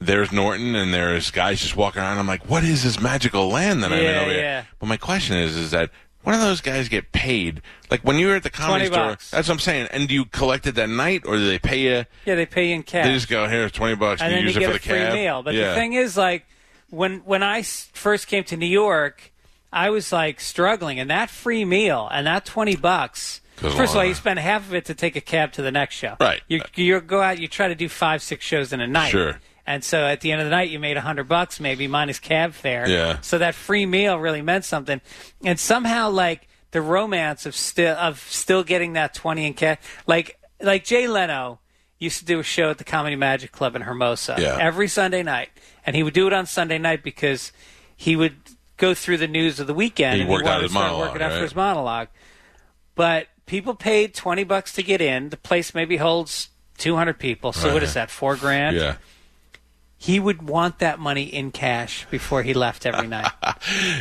S1: there's Norton and there's guys just walking around. I'm like, what is this magical land that I'm in
S2: Yeah,
S1: over
S2: yeah.
S1: here? But my question is, is that when do those guys get paid? Like when you were at the comedy
S2: 20
S1: store,
S2: bucks.
S1: that's what I'm saying. And do you collect it that night, or do they pay you?
S2: Yeah, they pay you in cash.
S1: They just go here's twenty bucks,
S2: and
S1: you
S2: then
S1: use
S2: you
S1: it
S2: get
S1: for
S2: a
S1: the
S2: free
S1: cab.
S2: meal. But
S1: yeah.
S2: the thing is, like when when I s- first came to New York, I was like struggling, and that free meal and that twenty bucks.
S1: Goes a
S2: First of
S1: long
S2: all,
S1: way.
S2: you spend half of it to take a cab to the next show.
S1: Right.
S2: You you go out, you try to do five six shows in a night.
S1: Sure.
S2: And so at the end of the night, you made a hundred bucks maybe minus cab fare.
S1: Yeah.
S2: So that free meal really meant something, and somehow like the romance of still of still getting that twenty in cash, like like Jay Leno used to do a show at the Comedy Magic Club in Hermosa
S1: Yeah.
S2: every Sunday night, and he would do it on Sunday night because he would go through the news of the weekend.
S1: He
S2: and
S1: worked out
S2: wanted to
S1: his
S2: start
S1: monologue,
S2: working out
S1: right?
S2: for his monologue. But people paid twenty bucks to get in. The place maybe holds two hundred people. So what is that? Four grand.
S1: yeah.
S2: He would want that money in cash before he left every night.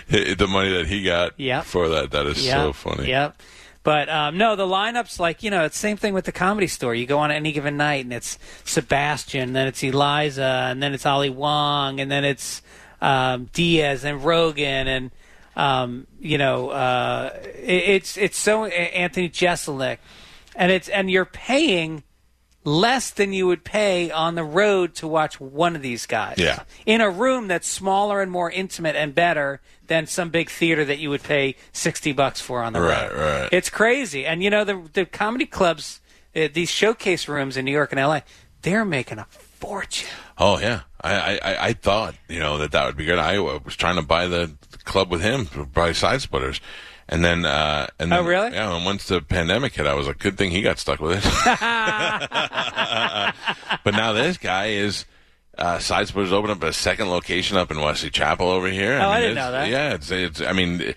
S1: the money that he got
S2: Yep.
S1: for that. That is
S2: Yeah,
S1: so funny.
S2: Yep. But um, no, the lineups like you know it's same thing with the comedy store. You go on any given night and it's Sebastian, then it's Eliza, and then it's Ali Wong, and then it's um, Diaz and Rogan, and um, you know uh, it, it's it's so uh, Anthony Jeselnik, and it's and you're paying less than you would pay on the road to watch one of these guys.
S1: Yeah.
S2: In a room that's smaller and more intimate and better than some big theater that you would pay 60 bucks for on the
S1: Right,
S2: road.
S1: right.
S2: It's crazy. And you know the the comedy clubs, uh, these showcase rooms in New York and LA, they're making a fortune.
S1: Oh yeah, I, I- I I thought you know that that would be good. I was trying to buy the club with him, buy side splitters, and then uh, and
S2: Oh,
S1: then-
S2: really?
S1: Yeah, and once the pandemic hit, I was like, good thing he got stuck with it. but now this guy is. Uh, side splitters opened up a second location up in Wesley Chapel over here.
S2: Oh, I didn't
S1: it's-
S2: know that.
S1: Yeah, it's, it's. I mean,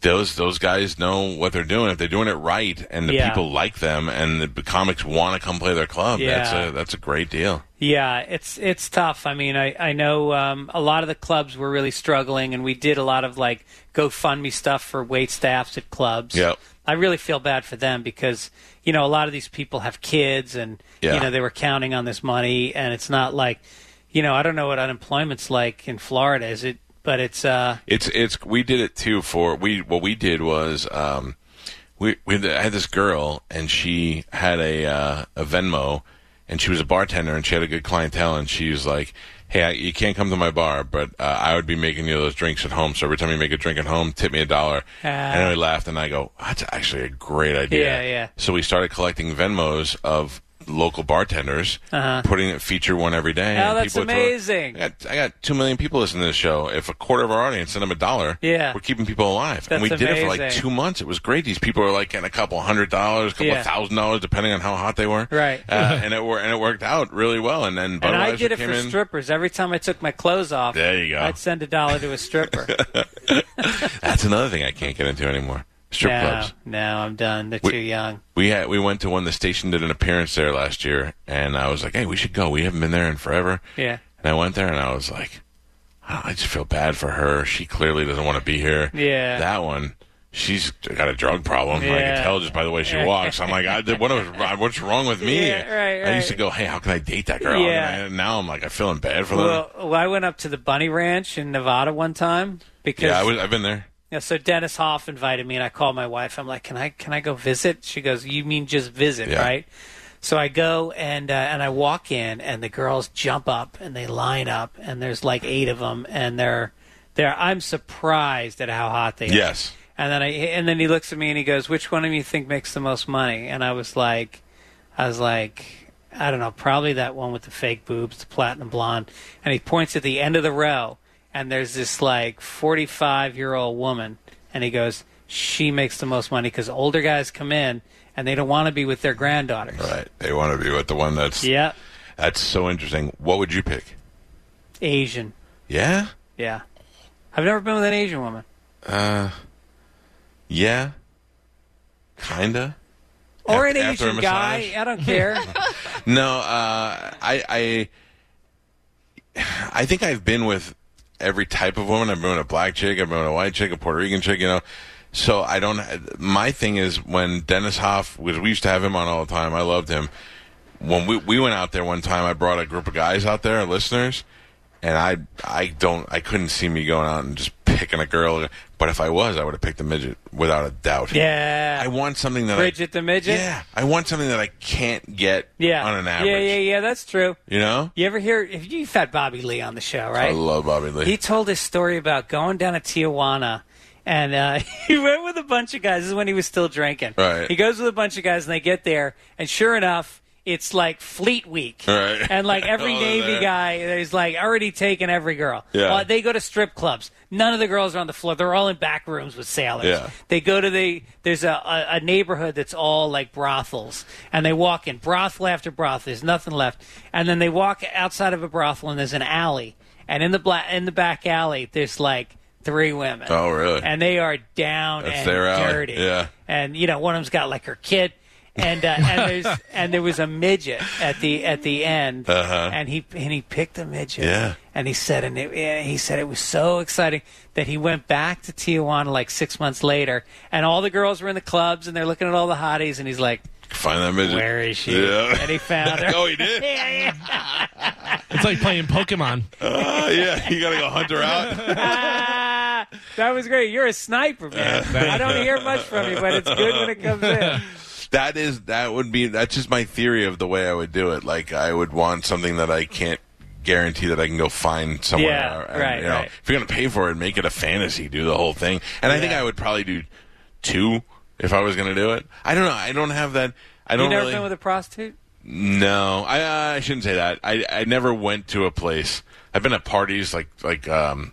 S1: those those guys know what they're doing. If they're doing it right, and the
S2: Yeah.
S1: people like them, and the comics want to come play their club, that's
S2: Yeah.
S1: a that's a great deal.
S2: Yeah, it's it's tough. I mean, I I know um, a lot of the clubs were really struggling, and we did a lot of like GoFundMe stuff for wait staffs at clubs.
S1: Yep.
S2: I really feel bad for them because you know a lot of these people have kids, and
S1: Yeah.
S2: you know they were counting on this money, and it's not like, you know, I don't know what unemployment's like in Florida, is it? But it's uh,
S1: It's it's we did it too for we what we did was um we we had- I had this girl and she had a uh, a Venmo and she was a bartender and she had a good clientele and she was like hey I, you can't come to my bar but uh, I would be making you those drinks at home so every time you make a drink at home tip me a dollar and we laughed and I go that's actually a great idea
S2: Ah. Yeah, yeah.
S1: so we started collecting Venmos of local bartenders putting it feature one every day
S2: Uh-huh. Oh,
S1: and
S2: that's
S1: people would throw-
S2: amazing.
S1: I got, I got two million people listening to this show. If a quarter of our audience sent them a dollar,
S2: Yeah.
S1: we're keeping people alive. and we
S2: That's
S1: did it for like
S2: amazing.
S1: two months. It was great. These people were like getting a couple hundred dollars, a couple
S2: Yeah.
S1: thousand dollars, depending on how hot they were.
S2: Right.
S1: Uh, and it were and it worked out really well. And then Budweiser
S2: and I did it
S1: came
S2: for
S1: in.
S2: strippers. Every time I took my clothes off,
S1: There you go.
S2: I'd send a dollar to a stripper.
S1: That's another thing I can't get into anymore. Strip
S2: no,
S1: clubs.
S2: no, I'm done. They're too young.
S1: We had we went to one. The station did an appearance there last year, and I was like, "Hey, we should go. We haven't been there in forever."
S2: Yeah.
S1: And I went there, and I was like, "Oh, "I just feel bad for her. She clearly doesn't want to be here."
S2: Yeah.
S1: That one, she's got a drug problem. I can
S2: Yeah.
S1: tell just by the way she walks. I'm like, I, what is- "What's wrong with me?"
S2: Yeah, right,
S1: I used to
S2: right.
S1: go, "Hey, how can I date that girl?"
S2: Yeah.
S1: And I- now I'm like, I'm feeling bad for them.
S2: Well, well, I went up to the Bunny Ranch in Nevada one time because
S1: yeah, I was, I've been there.
S2: you know, so Dennis Hoff invited me, and I called my wife. I'm like, "Can I can I go visit?" She goes, "You mean just visit,
S1: Yeah.
S2: right?" So I go and uh, and I walk in, and the girls jump up and they line up, and there's like eight of them, and they're they're I'm surprised at how hot they are.
S1: Yes.
S2: And then I and then he looks at me and he goes, "Which one of you think makes the most money?" And I was like, I was like, I don't know, probably that one with the fake boobs, the platinum blonde. And he points at the end of the row, and there's this like 45 year old woman, and he goes, "She makes the most money because older guys come in and they don't want to be with their granddaughters."
S1: Right. They want to be with the one that's.
S2: Yeah,
S1: That's so interesting. What would you pick?
S2: Asian.
S1: Yeah.
S2: Yeah, I've never been with an Asian woman.
S1: Yeah. Kinda.
S2: Or
S1: Af-
S2: an
S1: after a
S2: Asian guy,
S1: massage?
S2: I don't care.
S1: No, uh, I, I, I think I've been with every type of woman. I've been with a black chick, I've been with a white chick, a Puerto Rican chick. You know, so I don't. My thing is when Dennis Hoff was. We used to have him on all the time. I loved him. when we we went out there one time, I brought a group of guys out there, listeners, and I I don't I couldn't see me going out and just picking a girl. But if I was, I would have picked a midget without a doubt.
S2: Yeah.
S1: I want something that I,
S2: Bridget the midget.
S1: Yeah, I want something that I can't get
S2: Yeah.
S1: on an average.
S2: Yeah, yeah, yeah. That's true.
S1: You know,
S2: You ever hear? If you had Bobby Lee on the show,
S1: I
S2: right?
S1: love Bobby Lee.
S2: He told his story about going down to Tijuana. And uh, he went with a bunch of guys. This is when he was still drinking.
S1: Right.
S2: He goes with a bunch of guys, and they get there, and sure enough, it's like Fleet Week.
S1: Right.
S2: And like every
S1: Oh, they're
S2: Navy
S1: there.
S2: guy is like already taking every girl.
S1: Yeah.
S2: Well, they go to strip clubs. None of the girls are on the floor. They're all in back rooms with sailors.
S1: Yeah.
S2: They go to the there's a, a, a neighborhood that's all like brothels, and they walk in brothel after brothel. There's nothing left, and then they walk outside of a brothel, and there's an alley, and in the bla- in the back alley, there's like three women.
S1: Oh, really?
S2: And they are down
S1: That's
S2: and
S1: their alley.
S2: dirty.
S1: Yeah.
S2: And you know, one of them's got like her kid. And, uh, and there's and there was a midget at the at the end, and he and he picked a midget,
S1: Uh-huh. Yeah.
S2: and he said and, it, and he said it was so exciting that he went back to Tijuana like six months later, and all the girls were in the clubs and they're looking at all the hotties, and he's like,
S1: Find that midget.
S2: "Where is she?"
S1: Yeah.
S2: And he found her.
S1: oh, he did.
S2: Yeah, yeah.
S3: It's like playing Pokemon.
S1: Ah, yeah, you gotta go hunt her out.
S2: Ah, that was great. You're a sniper, man. I don't hear much from you, but it's good when it comes in.
S1: that is that would be that's just my theory of the way I would do it. Like I would want something that I can't guarantee that I can go find somewhere.
S2: Yeah,
S1: and,
S2: right,
S1: you know,
S2: right.
S1: If you're gonna pay for it, make it a fantasy. Do the whole thing. And I think
S2: Yeah.
S1: I would probably do two if I was gonna do it. I don't know. I don't have that. I
S2: You
S1: don't
S2: never
S1: really.
S2: been with a prostitute?
S1: No, I, I shouldn't say that. I, I never went to a place. I've been at parties like like um,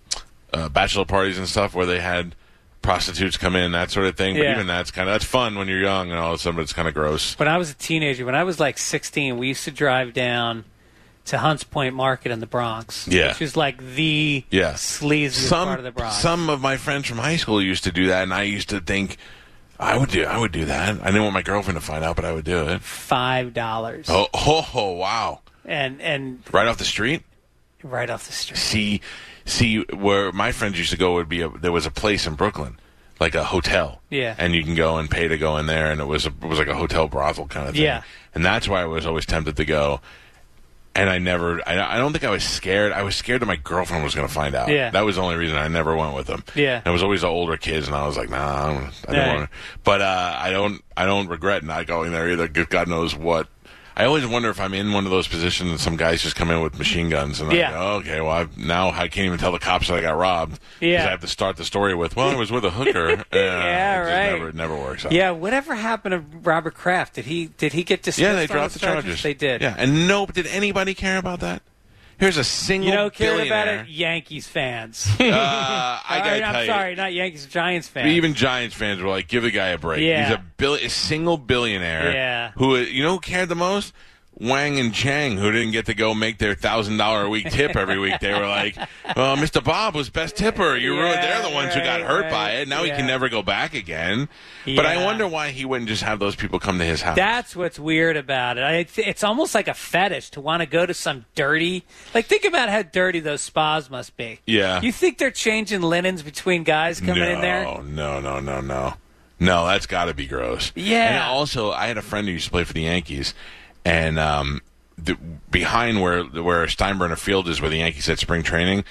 S1: uh, bachelor parties and stuff where they had prostitutes come in that sort of thing. But
S2: Yeah.
S1: even that's kind of that's fun when you're young and all of a sudden it's kind of gross.
S2: When I was a teenager, when I was like 16, we used to drive down to Hunts Point Market in the Bronx.
S1: Yeah.
S2: Which is like the
S1: Yeah.
S2: sleaziest
S1: Some
S2: part of the Bronx.
S1: some of my friends from high school used to do that, and I used to think I would do I would do that. I didn't want my girlfriend to find out, but I would do it.
S2: Five dollars.
S1: Oh, oh, oh wow!
S2: And and
S1: Right off the street.
S2: right off the street.
S1: see see where my friends used to go would be a, there was a place in Brooklyn like a hotel
S2: Yeah.
S1: and you can go and pay to go in there and it was a, it was like a hotel brothel kind of thing
S2: Yeah.
S1: and that's why I was always tempted to go and I never I, I don't think I was scared I was scared that my girlfriend was going to find out
S2: Yeah.
S1: that was the only reason I never went with them
S2: Yeah.
S1: I was always the older kids and I was like nah I don't, I don't
S2: Right.
S1: want to but uh, I don't I don't regret not going there either Good God knows what I always wonder if I'm in one of those positions and some guys just come in with machine guns and I
S2: Yeah.
S1: go, okay, well, I've, now I can't even tell the cops that I got robbed. 'cause
S2: Yeah.
S1: I have to start the story with, well, I was with a hooker. Uh,
S2: Yeah,
S1: it just
S2: right.
S1: Never, it never works out.
S2: Yeah, whatever happened to Robert Kraft? Did he did he get dismissed?
S1: Yeah, they
S2: on
S1: dropped the
S2: those
S1: charges.
S2: They did.
S1: Yeah, and no, did anybody care about that? Here's a single
S2: You know, cared about
S1: billionaire.
S2: it, Yankees fans.
S1: Uh, I
S2: Or,
S1: gotta tell
S2: I'm
S1: you,
S2: sorry, not Yankees, Giants fans.
S1: Even Giants fans were like, "Give the guy a break."
S2: Yeah.
S1: He's a, bill- a single billionaire.
S2: Yeah.
S1: Who you know who cared the most? Wang and Chang, who didn't get to go make their thousand dollar a week tip every week. They were like, "Well, Mr. Bob was best tipper. You
S2: Yeah,
S1: ruined. They're the ones who got
S2: right,
S1: hurt by
S2: right.
S1: it. Now he
S2: Yeah.
S1: can never go back again." But I
S2: Yeah.
S1: wonder why he wouldn't just have those people come to his house.
S2: That's what's weird about it. I, it's, it's almost like a fetish to want to go to some dirty. Like, think about how dirty those spas must be.
S1: Yeah.
S2: You think they're changing linens between guys coming
S1: no,
S2: in there?
S1: No, no, no, no. No, that's got to be gross.
S2: Yeah.
S1: And also, I had a friend who used to play for the Yankees, and um, the, behind where where Steinbrenner Field is, where the Yankees had spring training,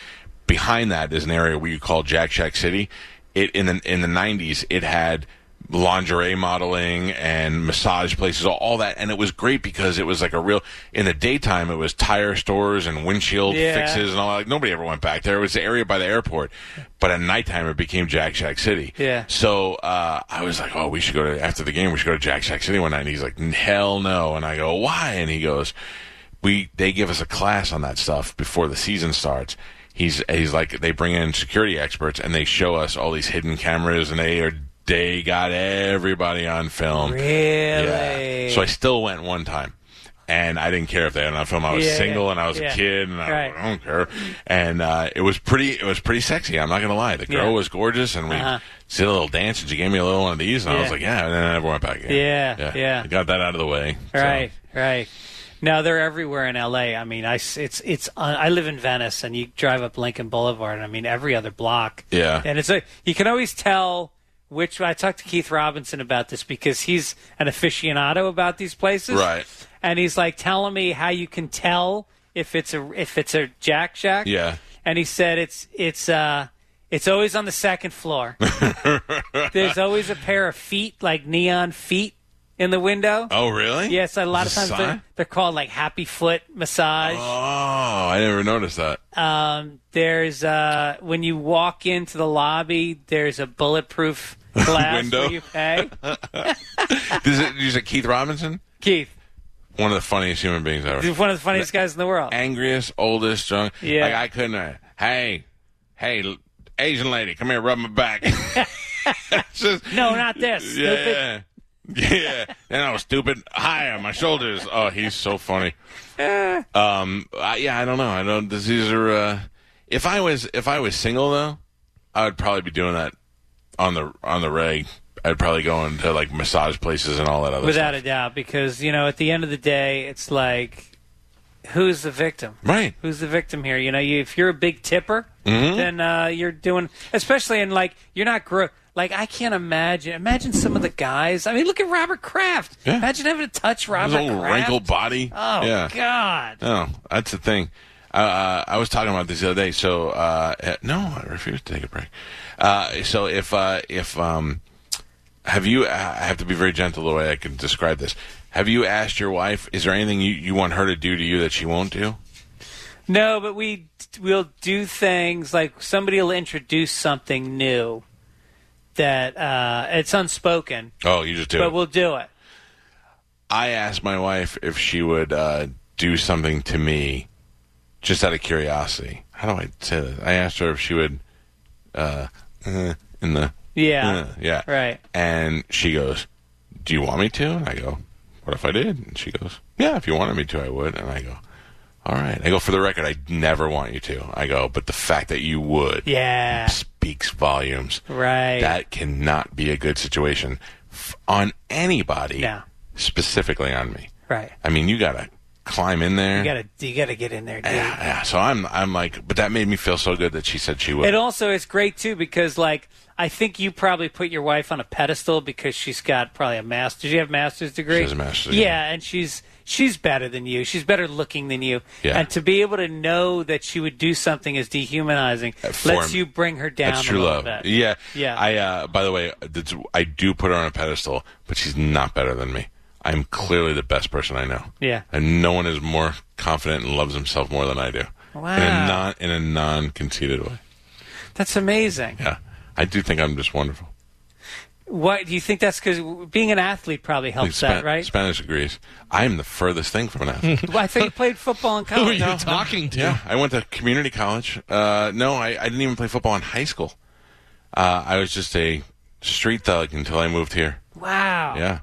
S1: behind that is an area we call Jack Shack City. It in the in the nineties, it had lingerie modeling and massage places all, all that and it was great because it was like a real in the daytime it was tire stores and windshield
S2: Yeah.
S1: fixes and all that. Like, nobody ever went back there. It was the area by the airport. But at nighttime, it became Jack Shack City.
S2: Yeah.
S1: So uh, I was like, oh, we should go to, after the game, we should go to Jack Shack City one night. And he's like, hell no. And I go, why? And he goes, we, they give us a class on that stuff before the season starts. He's, he's like, they bring in security experts and they show us all these hidden cameras and they are, they got everybody on film.
S2: Really?
S1: Yeah. So I still went one time. And I didn't care if they had it on film. I was
S2: Yeah,
S1: single
S2: yeah,
S1: and I was
S2: yeah.
S1: a kid and I,
S2: Right.
S1: I don't care. And uh, it was pretty it was pretty sexy, I'm not gonna lie. The girl
S2: Yeah.
S1: was gorgeous and we
S2: Uh-huh.
S1: did a little dance and she gave me a little one of these and I was
S2: Yeah.
S1: like, Yeah, and then I never went back again.
S2: Yeah, yeah.
S1: I got that out of the way. So,
S2: Right, right. No, they're everywhere in L.A. I mean, I s- it's it's uh, I live in Venice, and you drive up Lincoln Boulevard, and I mean every other block.
S1: Yeah.
S2: and it's like you can always tell which I talked to Keith Robinson about this because he's an aficionado about these places.
S1: Right.
S2: And he's like telling me how you can tell if it's a if it's a Jack Shack.
S1: Yeah.
S2: And he said it's it's uh it's always on the second floor. There's always a pair of feet, like neon feet, in the window.
S1: Oh, really?
S2: Yes, a lot of
S1: Is it
S2: times
S1: sign?
S2: they're, they're called like happy foot massage.
S1: Oh, I never noticed that.
S2: Um, there's uh, when you walk into the lobby, there's a bulletproof glass
S1: Window.
S2: where you pay.
S1: Is it, is it Keith Robinson?
S2: Keith,
S1: One of the funniest human beings ever.
S2: he's one of the funniest guys in the world.
S1: Angriest, oldest, drunk.
S2: Yeah.
S1: Like, I couldn't. Uh, hey, hey, l- Asian lady, come here, rub my back. It's just-
S2: No, not this. Stupid.
S1: Yeah. Yeah. And I was stupid. Higher, my shoulders. Oh, he's so funny. Um, I, yeah, I don't know. I don't. this- These are. Uh, if I was if I was single though, I would probably be doing that on the on the reg. I'd probably go into like massage places and all that other
S2: Without
S1: stuff.
S2: a doubt, because you know, at the end of the day, it's like, who's the victim?
S1: Right. Mm-hmm.
S2: Who's the victim here? You know, you, if you're a big tipper, then uh, you're doing, especially in like, you're not grow. Like, I can't imagine. Imagine some of the guys. I mean, look at Robert Kraft.
S1: Yeah.
S2: Imagine having to touch
S1: His
S2: Robert
S1: old
S2: Kraft.
S1: wrinkled body.
S2: Oh
S1: yeah.
S2: God.
S1: No, that's the thing. Uh, I was talking about this the other day. So uh, eh, no, I refuse to take a break. Uh, so if uh, if um, have you? I have to be very gentle the way I can describe this. Have you asked your wife? Is there anything you, you want her to do to you that she won't do?
S2: No, but we will do things like somebody will introduce something new that uh, it's unspoken,
S1: Oh, you just do.
S2: but
S1: it.
S2: we'll do it.
S1: I asked my wife if she would uh, do something to me, just out of curiosity. How do I say this? I asked her if she would, uh, uh, in the
S2: Yeah.
S1: uh, yeah,
S2: Right.
S1: And she goes, "Do you want me to?" And I go, "What if I did?" And she goes, "Yeah, if you wanted me to, I would." And I go, "All right." I go, "For the record, I never want you to." I go, "But the fact that you would
S2: Yeah.
S1: speaks volumes."
S2: Right.
S1: That cannot be a good situation f- on anybody.
S2: No.
S1: Specifically on me.
S2: Right.
S1: I mean, you gotta climb in there.
S2: You gotta you gotta get in there, dude.
S1: yeah, yeah. So I'm I'm like, but that made me feel so good that she said she would.
S2: It also is great too because like I think you probably put your wife on a pedestal because she's got probably a master. Did you have a master's degree?
S1: She has a master's
S2: Yeah,
S1: degree.
S2: and she's she's better than you. She's better looking than you.
S1: Yeah.
S2: And to be able to know that she would do something is dehumanizing.
S1: for
S2: Lets
S1: him.
S2: you bring her down.
S1: Uh, That's
S2: a
S1: true
S2: little
S1: love.
S2: bit.
S1: Yeah.
S2: Yeah.
S1: I uh by the way, that's, I do put her on a pedestal, but she's not better than me. I'm clearly the best person I know.
S2: Yeah.
S1: And no one is more confident and loves himself more than I do. In a
S2: Wow.
S1: non in a non conceited way.
S2: That's amazing.
S1: Yeah. I do think I'm just wonderful.
S2: What do you think? That's because being an athlete probably helps
S1: Span-
S2: that, right?
S1: Spanish agrees. I'm the furthest thing from an athlete.
S2: Well, I thought you played football in
S3: Who are
S2: college.
S3: you talking to?
S1: Yeah, I went to community college. Uh, no, I, I didn't even play football in high school. Uh, I was just a street thug until I moved here.
S2: Wow.
S1: Yeah.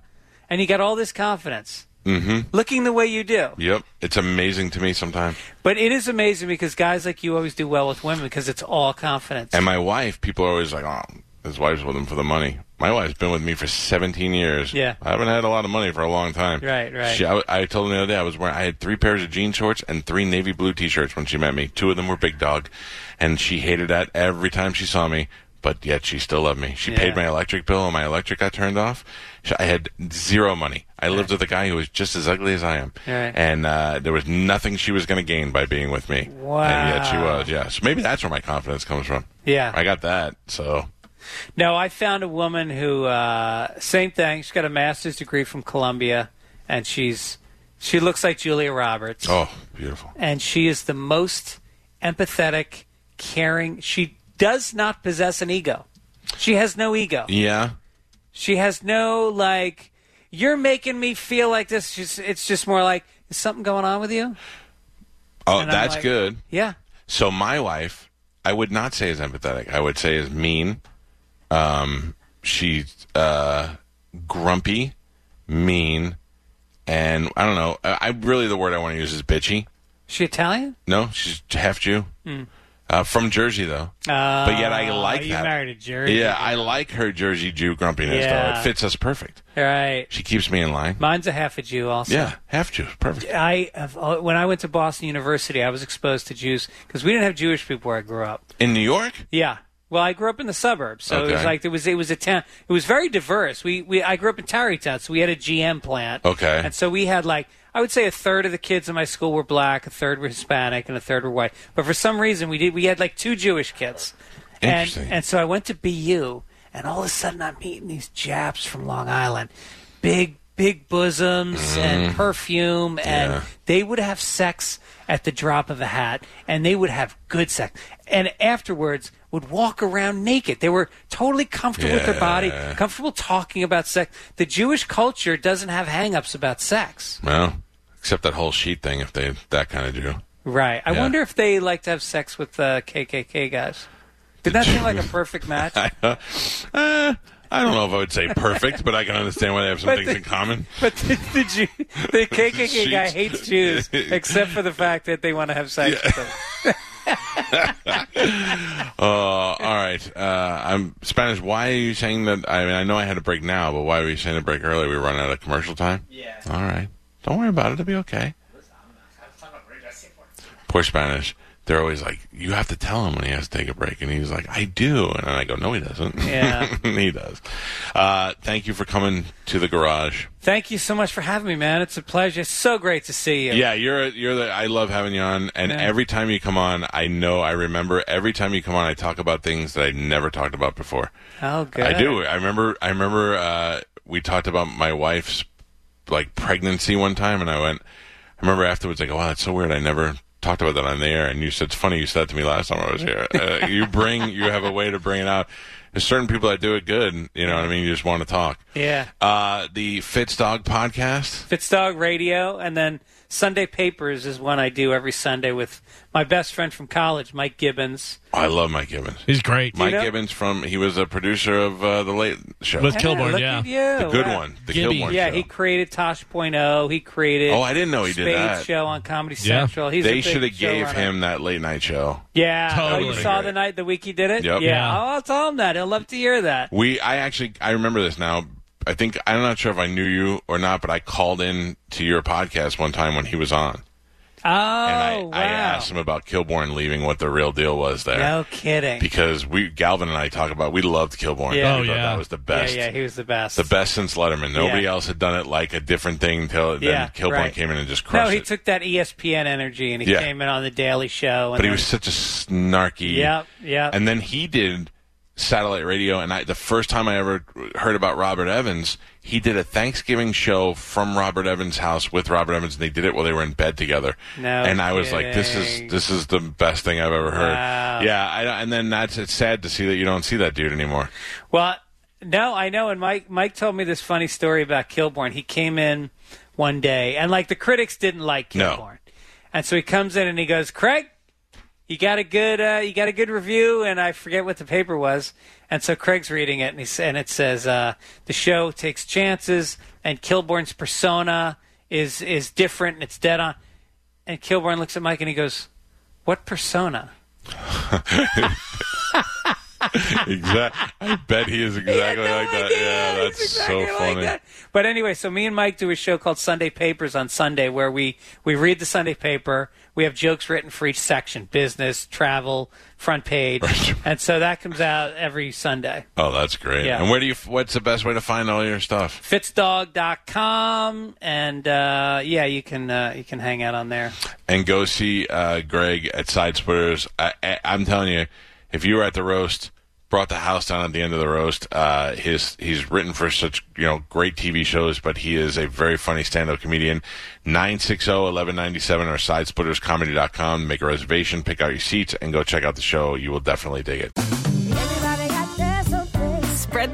S2: And you got all this confidence. Mm-hmm. Looking the way you do.
S1: Yep. It's amazing to me sometimes.
S2: But it is amazing because guys like you always do well with women because it's all confidence.
S1: And my wife, people are always like, oh, his wife's with him for the money. My wife's been with me for 17 years.
S2: Yeah.
S1: I haven't had a lot of money for a long time.
S2: Right, right.
S1: She, I, I told her the other day I was wearing, I had three pairs of jean shorts and three navy blue t shirts when she met me. Two of them were big dog. And she hated that every time she saw me, but yet she still loved me. She
S2: Yeah.
S1: paid my electric bill and my electric got turned off. Sh- I had zero money. I lived with a guy who was just as ugly as I am.
S2: Right.
S1: And uh, there was nothing she was going to gain by being with me. And yet she
S2: Wow.
S1: was, yeah. So maybe that's where my confidence comes from.
S2: Yeah.
S1: I got that. So
S2: no, I found a woman who uh, same thing. She's got a master's degree from Columbia, and she's she looks like Julia Roberts,
S1: oh, beautiful.
S2: and she is the most empathetic, caring. She does not possess an ego. She has no ego.
S1: Yeah.
S2: She has no like. You're making me feel like this. She's, it's just more like is something going on with you?
S1: Oh,
S2: And I'm
S1: that's
S2: like-
S1: good.
S2: Yeah.
S1: So my wife, I would not say is empathetic. I would say is mean. Um, she's uh, grumpy, mean, and I don't know. I, I really the word I want to use is bitchy.
S2: She Italian?
S1: No, she's half Jew. Uh, from Jersey though.
S2: Uh,
S1: but yet I like
S2: Hmm. you
S1: that.
S2: married a Jersey
S1: Yeah, I like her Jersey Jew grumpiness though.
S2: Yeah.
S1: It fits us perfect.
S2: Right.
S1: She keeps me in line.
S2: Mine's a half a Jew also.
S1: Yeah, half Jew, perfect.
S2: I have, uh, when I went to Boston University, I was exposed to Jews because we didn't have Jewish people where I grew up.
S1: In New York?
S2: Yeah. Well, I grew up in the suburbs, so it was
S1: Okay.
S2: like it was it was a town. It was very diverse. We we I grew up in Tarrytown, so we had a GM plant.
S1: Okay.
S2: and so we had like I would say a third of the kids in my school were black, a third were Hispanic, and a third were white. But for some reason, we did we had like two Jewish kids. And
S1: Interesting.
S2: and so I went to BU, and all of a sudden I'm meeting these Japs from Long Island, big big bosoms and perfume,
S1: Mm-hmm.
S2: and
S1: Yeah.
S2: they would have sex at the drop of a hat, and they would have good sex, and afterwards would walk around naked. They were totally comfortable with their body,
S1: Yeah.
S2: comfortable talking about sex. The Jewish culture doesn't have hang-ups about sex,
S1: Well, except that whole sheet thing, if they that kind of do.
S2: right? I
S1: Yeah.
S2: wonder if they like to have sex with uh, KKK guys. Did that seem like a perfect match?
S1: Uh, I don't know if I would say perfect, but I can understand why they have some
S2: But
S1: things
S2: the-
S1: in common.
S2: But the, the, Jew, the KKK guy
S1: Sheets.
S2: hates Jews, except for the fact that they want to have sex with them.
S1: Uh, all right. Uh, I'm Spanish. Why are you saying that? I mean, I know I had a break now, but why were you saying a break earlier? We were running out of commercial time.
S2: Yeah.
S1: All right. Don't worry about it. It'll be okay. Poor Spanish. They're always like, you have to tell him when he has to take a break. And he's like, I do. And I go, no, he doesn't.
S2: Yeah.
S1: he does. Uh, thank you for coming to the garage.
S2: Thank you so much for having me, man. It's a pleasure. It's so great to see you.
S1: Yeah, you're you're the. I love having you on, and
S2: Yeah.
S1: every time you come on, I know I remember. Every time you come on, I talk about things that I've never talked about before.
S2: Oh, good.
S1: I do. I remember. I remember. Uh, we talked about my wife's like pregnancy one time, and I went. I remember afterwards. I go, wow, that's so weird. I never talked about that on the air. And you said, it's funny you said that to me last time I was here. Uh, you bring. You have a way to bring it out. There's certain people that do it good. You know what I mean? You just want to talk.
S2: Yeah.
S1: Uh, the Fitz Dog podcast.
S2: Fitzdog Radio, and then Sunday Papers is one I do every Sunday with my best friend from college, Mike Gibbons.
S1: I love Mike Gibbons.
S3: He's great.
S1: Mike
S2: know-
S1: Gibbons from he was a producer of uh, the Late Show,
S3: With
S1: the
S3: Kilborn,
S2: look
S3: yeah.
S2: at you.
S1: good
S2: Wow.
S1: one, the
S3: Gibby.
S1: Kilborn
S2: Yeah,
S1: Show.
S2: he created Tosh.0. He created.
S1: Oh, I didn't know he did
S2: Spade
S1: that.
S2: show on Comedy
S3: Yeah.
S2: Central. He's a
S1: they
S2: big
S1: should have gave
S2: showrunner.
S1: him that late night show.
S2: Yeah. Oh, you
S3: Totally.
S2: saw the night the week he did it.
S1: Yep.
S2: Yeah.
S3: Yeah.
S2: Oh, I'll tell him that. He'll love to hear that.
S1: We, I actually, I remember this now. I think I'm not sure if I knew you or not, but I called in to your podcast one time when he was on,
S2: Oh,
S1: and I,
S2: wow.
S1: I asked him about Kilborn leaving, what the real deal was there,
S2: No kidding.
S1: because we Galvin and I talk about we loved Kilborn.
S2: Yeah.
S3: Oh,
S1: We thought
S3: yeah.
S1: that was the
S2: yeah,
S1: best.
S2: yeah, he was the best.
S1: The best since Letterman. Nobody
S2: Yeah.
S1: else had done it like a different thing till
S2: Yeah,
S1: then Kilborn
S2: right.
S1: came in and just crushed
S2: No, he
S1: it.
S2: took that E ESPN energy and he
S1: Yeah.
S2: came in on the Daily Show. And
S1: but he
S2: then-
S1: was such a snarky.
S2: Yep, yep.
S1: And then he did satellite radio, and I, the first time I ever heard about Robert Evans, he did a Thanksgiving show from Robert Evans' house with Robert Evans, and they did it while they were in bed together.
S2: No
S1: and I was like, this
S2: kidding.
S1: is this is the best thing I've ever heard.
S2: Wow.
S1: Yeah, I, and then that's it's sad to see that you don't see that dude anymore.
S2: Well, no, I know. And Mike Mike told me this funny story about Kilborn. He came in one day, and like the critics didn't like
S1: No.
S2: Kilborn, and so he comes in and he goes, "Craig, you got a good uh, you got a good review," and I forget what the paper was. And so Craig's reading it, and he s- and it says uh, the show takes chances, and Kilborn's persona is is different, and it's dead on. And Kilborn looks at Mike and he goes, "What persona?"
S1: exactly. I bet he is exactly like that. Yeah, that's so funny.
S2: But anyway, so me and Mike do a show called Sunday Papers on Sunday, where we we read the Sunday paper. We have jokes written for each section: business, travel, front page, and so that comes out every Sunday.
S1: Oh, that's great.
S2: Yeah.
S1: And where do you? What's the best way to find all your stuff?
S2: Fitzdog.com, and uh, yeah, you can uh, you can hang out on there.
S1: and go see uh, Greg at Side Splitters. I, I, I'm telling you, if you were at the roast, brought the house down at the end of the roast. Uh, his he's written for such you know great TV shows, but he is a very funny stand-up comedian. 960-1197 or sidesplitterscomedy.com. Make a reservation, pick out your seats, and go check out the show. You will definitely dig it.
S4: Everybody got their something.
S5: Spread